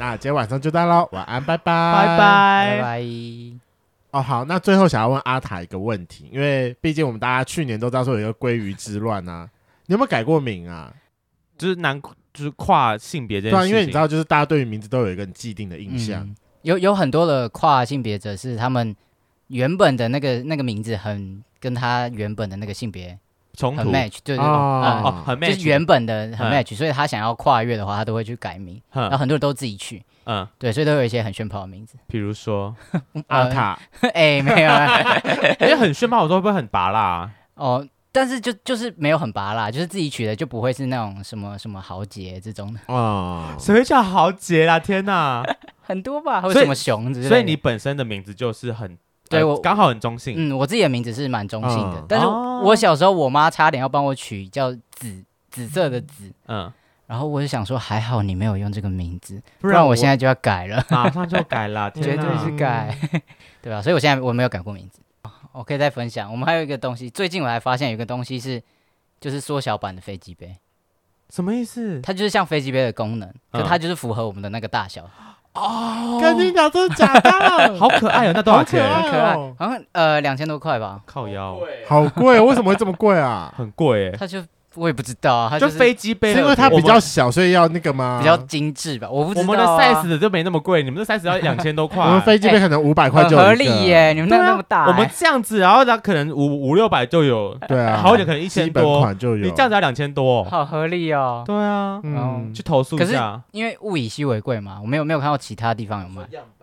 A: 那今天晚上就到喽，晚安，拜拜，拜
B: 拜
C: 拜
B: 拜。
C: 拜。
A: 哦，好，那最后想要问阿塔一个问题，因为毕竟我们大家去年都知道说有一个鲑鱼之乱啊，你有没有改过名啊？
B: 就是男，就是跨性别
A: 对
B: 这件事
A: 啊，
B: 情。
A: 因为你知，道，就是大家对于名字都有一个很既定的印象。
C: 嗯有有很多的跨性别者是他们原本的那个那个名字很跟他原本的那个性别
B: 冲
C: 很
B: 突
C: match，就是、
A: 哦
B: 哦，很
C: 嗯就
B: match，
C: 是原本的很
B: 嗯
C: match，、所以他想要跨越的话，他都会去改名。然后
B: 嗯
C: 很多人都自己取，
B: 嗯，
C: 对，所以都有一些很炫炮的名字。
B: 比如说，
A: 阿塔，
C: 哎、没有啊，
B: 因为很炫嘛，我都会不会很拔啊啦？
C: 哦，但是就就是没有很拔啦，就是自己取的就不会是那种什么什么豪杰这种的，
A: 哦，
B: 谁会叫豪杰啦？天 哪！
C: 很多吧，或者
B: 所以
C: 什么熊之类的。
B: 所以你本身的名字就是很，
C: 对
B: 呃
C: 我
B: 刚好很中性。
C: 嗯，我自己的名字是蛮中性的，
A: 嗯
C: 但是
B: 哦
C: 我小时候我妈差点要帮我取叫紫紫色的紫，
B: 嗯，
C: 然后我就想说，还好你没有用这个名字，
B: 不
C: 不然我现在就要改了，
B: 马上就改了，
C: 绝
B: 天哪
C: 啊对是改，对吧、所以我现在我没有改过名字。我可以再分享。我们还有一个东西，最近我还发现有一个东西是，就是缩小版的飞机杯，
B: 什么意思？
C: 它就是像飞机杯的功能，可
B: 嗯
C: 它就是符合我们的那个大小，
A: 跟你讲，真的假 的？
B: 好可爱哦，那多少
A: 好
B: 钱？
C: 很可爱
A: 哦。
C: 好像呃两千多块吧，
B: 靠腰，
A: 好贵，哦为什么会这么贵 啊？
B: 很贵哎，
C: 它就我也不知道啊，它
B: 就是飞机杯，
A: 是因为它比
B: 我
A: 较
B: 们
A: 小，所以要那个吗？
C: 比较精致吧，我不知道、
B: 我
C: 啊、
B: 们的 size 的就没那么贵，你们的 size 要两千多块。啊
A: 我们飞机杯可能五百块就
C: 很
A: 有
C: 合
A: 一个
C: 理耶，，你们那
B: 对
C: 个
B: 啊
C: 那么大、哎
B: 我们这样子，然后它可能五五六百就有，
A: 对啊，
B: 好一点可能一
A: 基
B: 千
A: 本
B: 多，
A: 款就有。
B: 你这样子要两千多。
C: 好合理哦，
B: 对啊，
A: 嗯
B: 去投诉一
C: 可是
B: 下。
C: 因为物以稀为贵嘛，我没有没有看到其他地方有卖，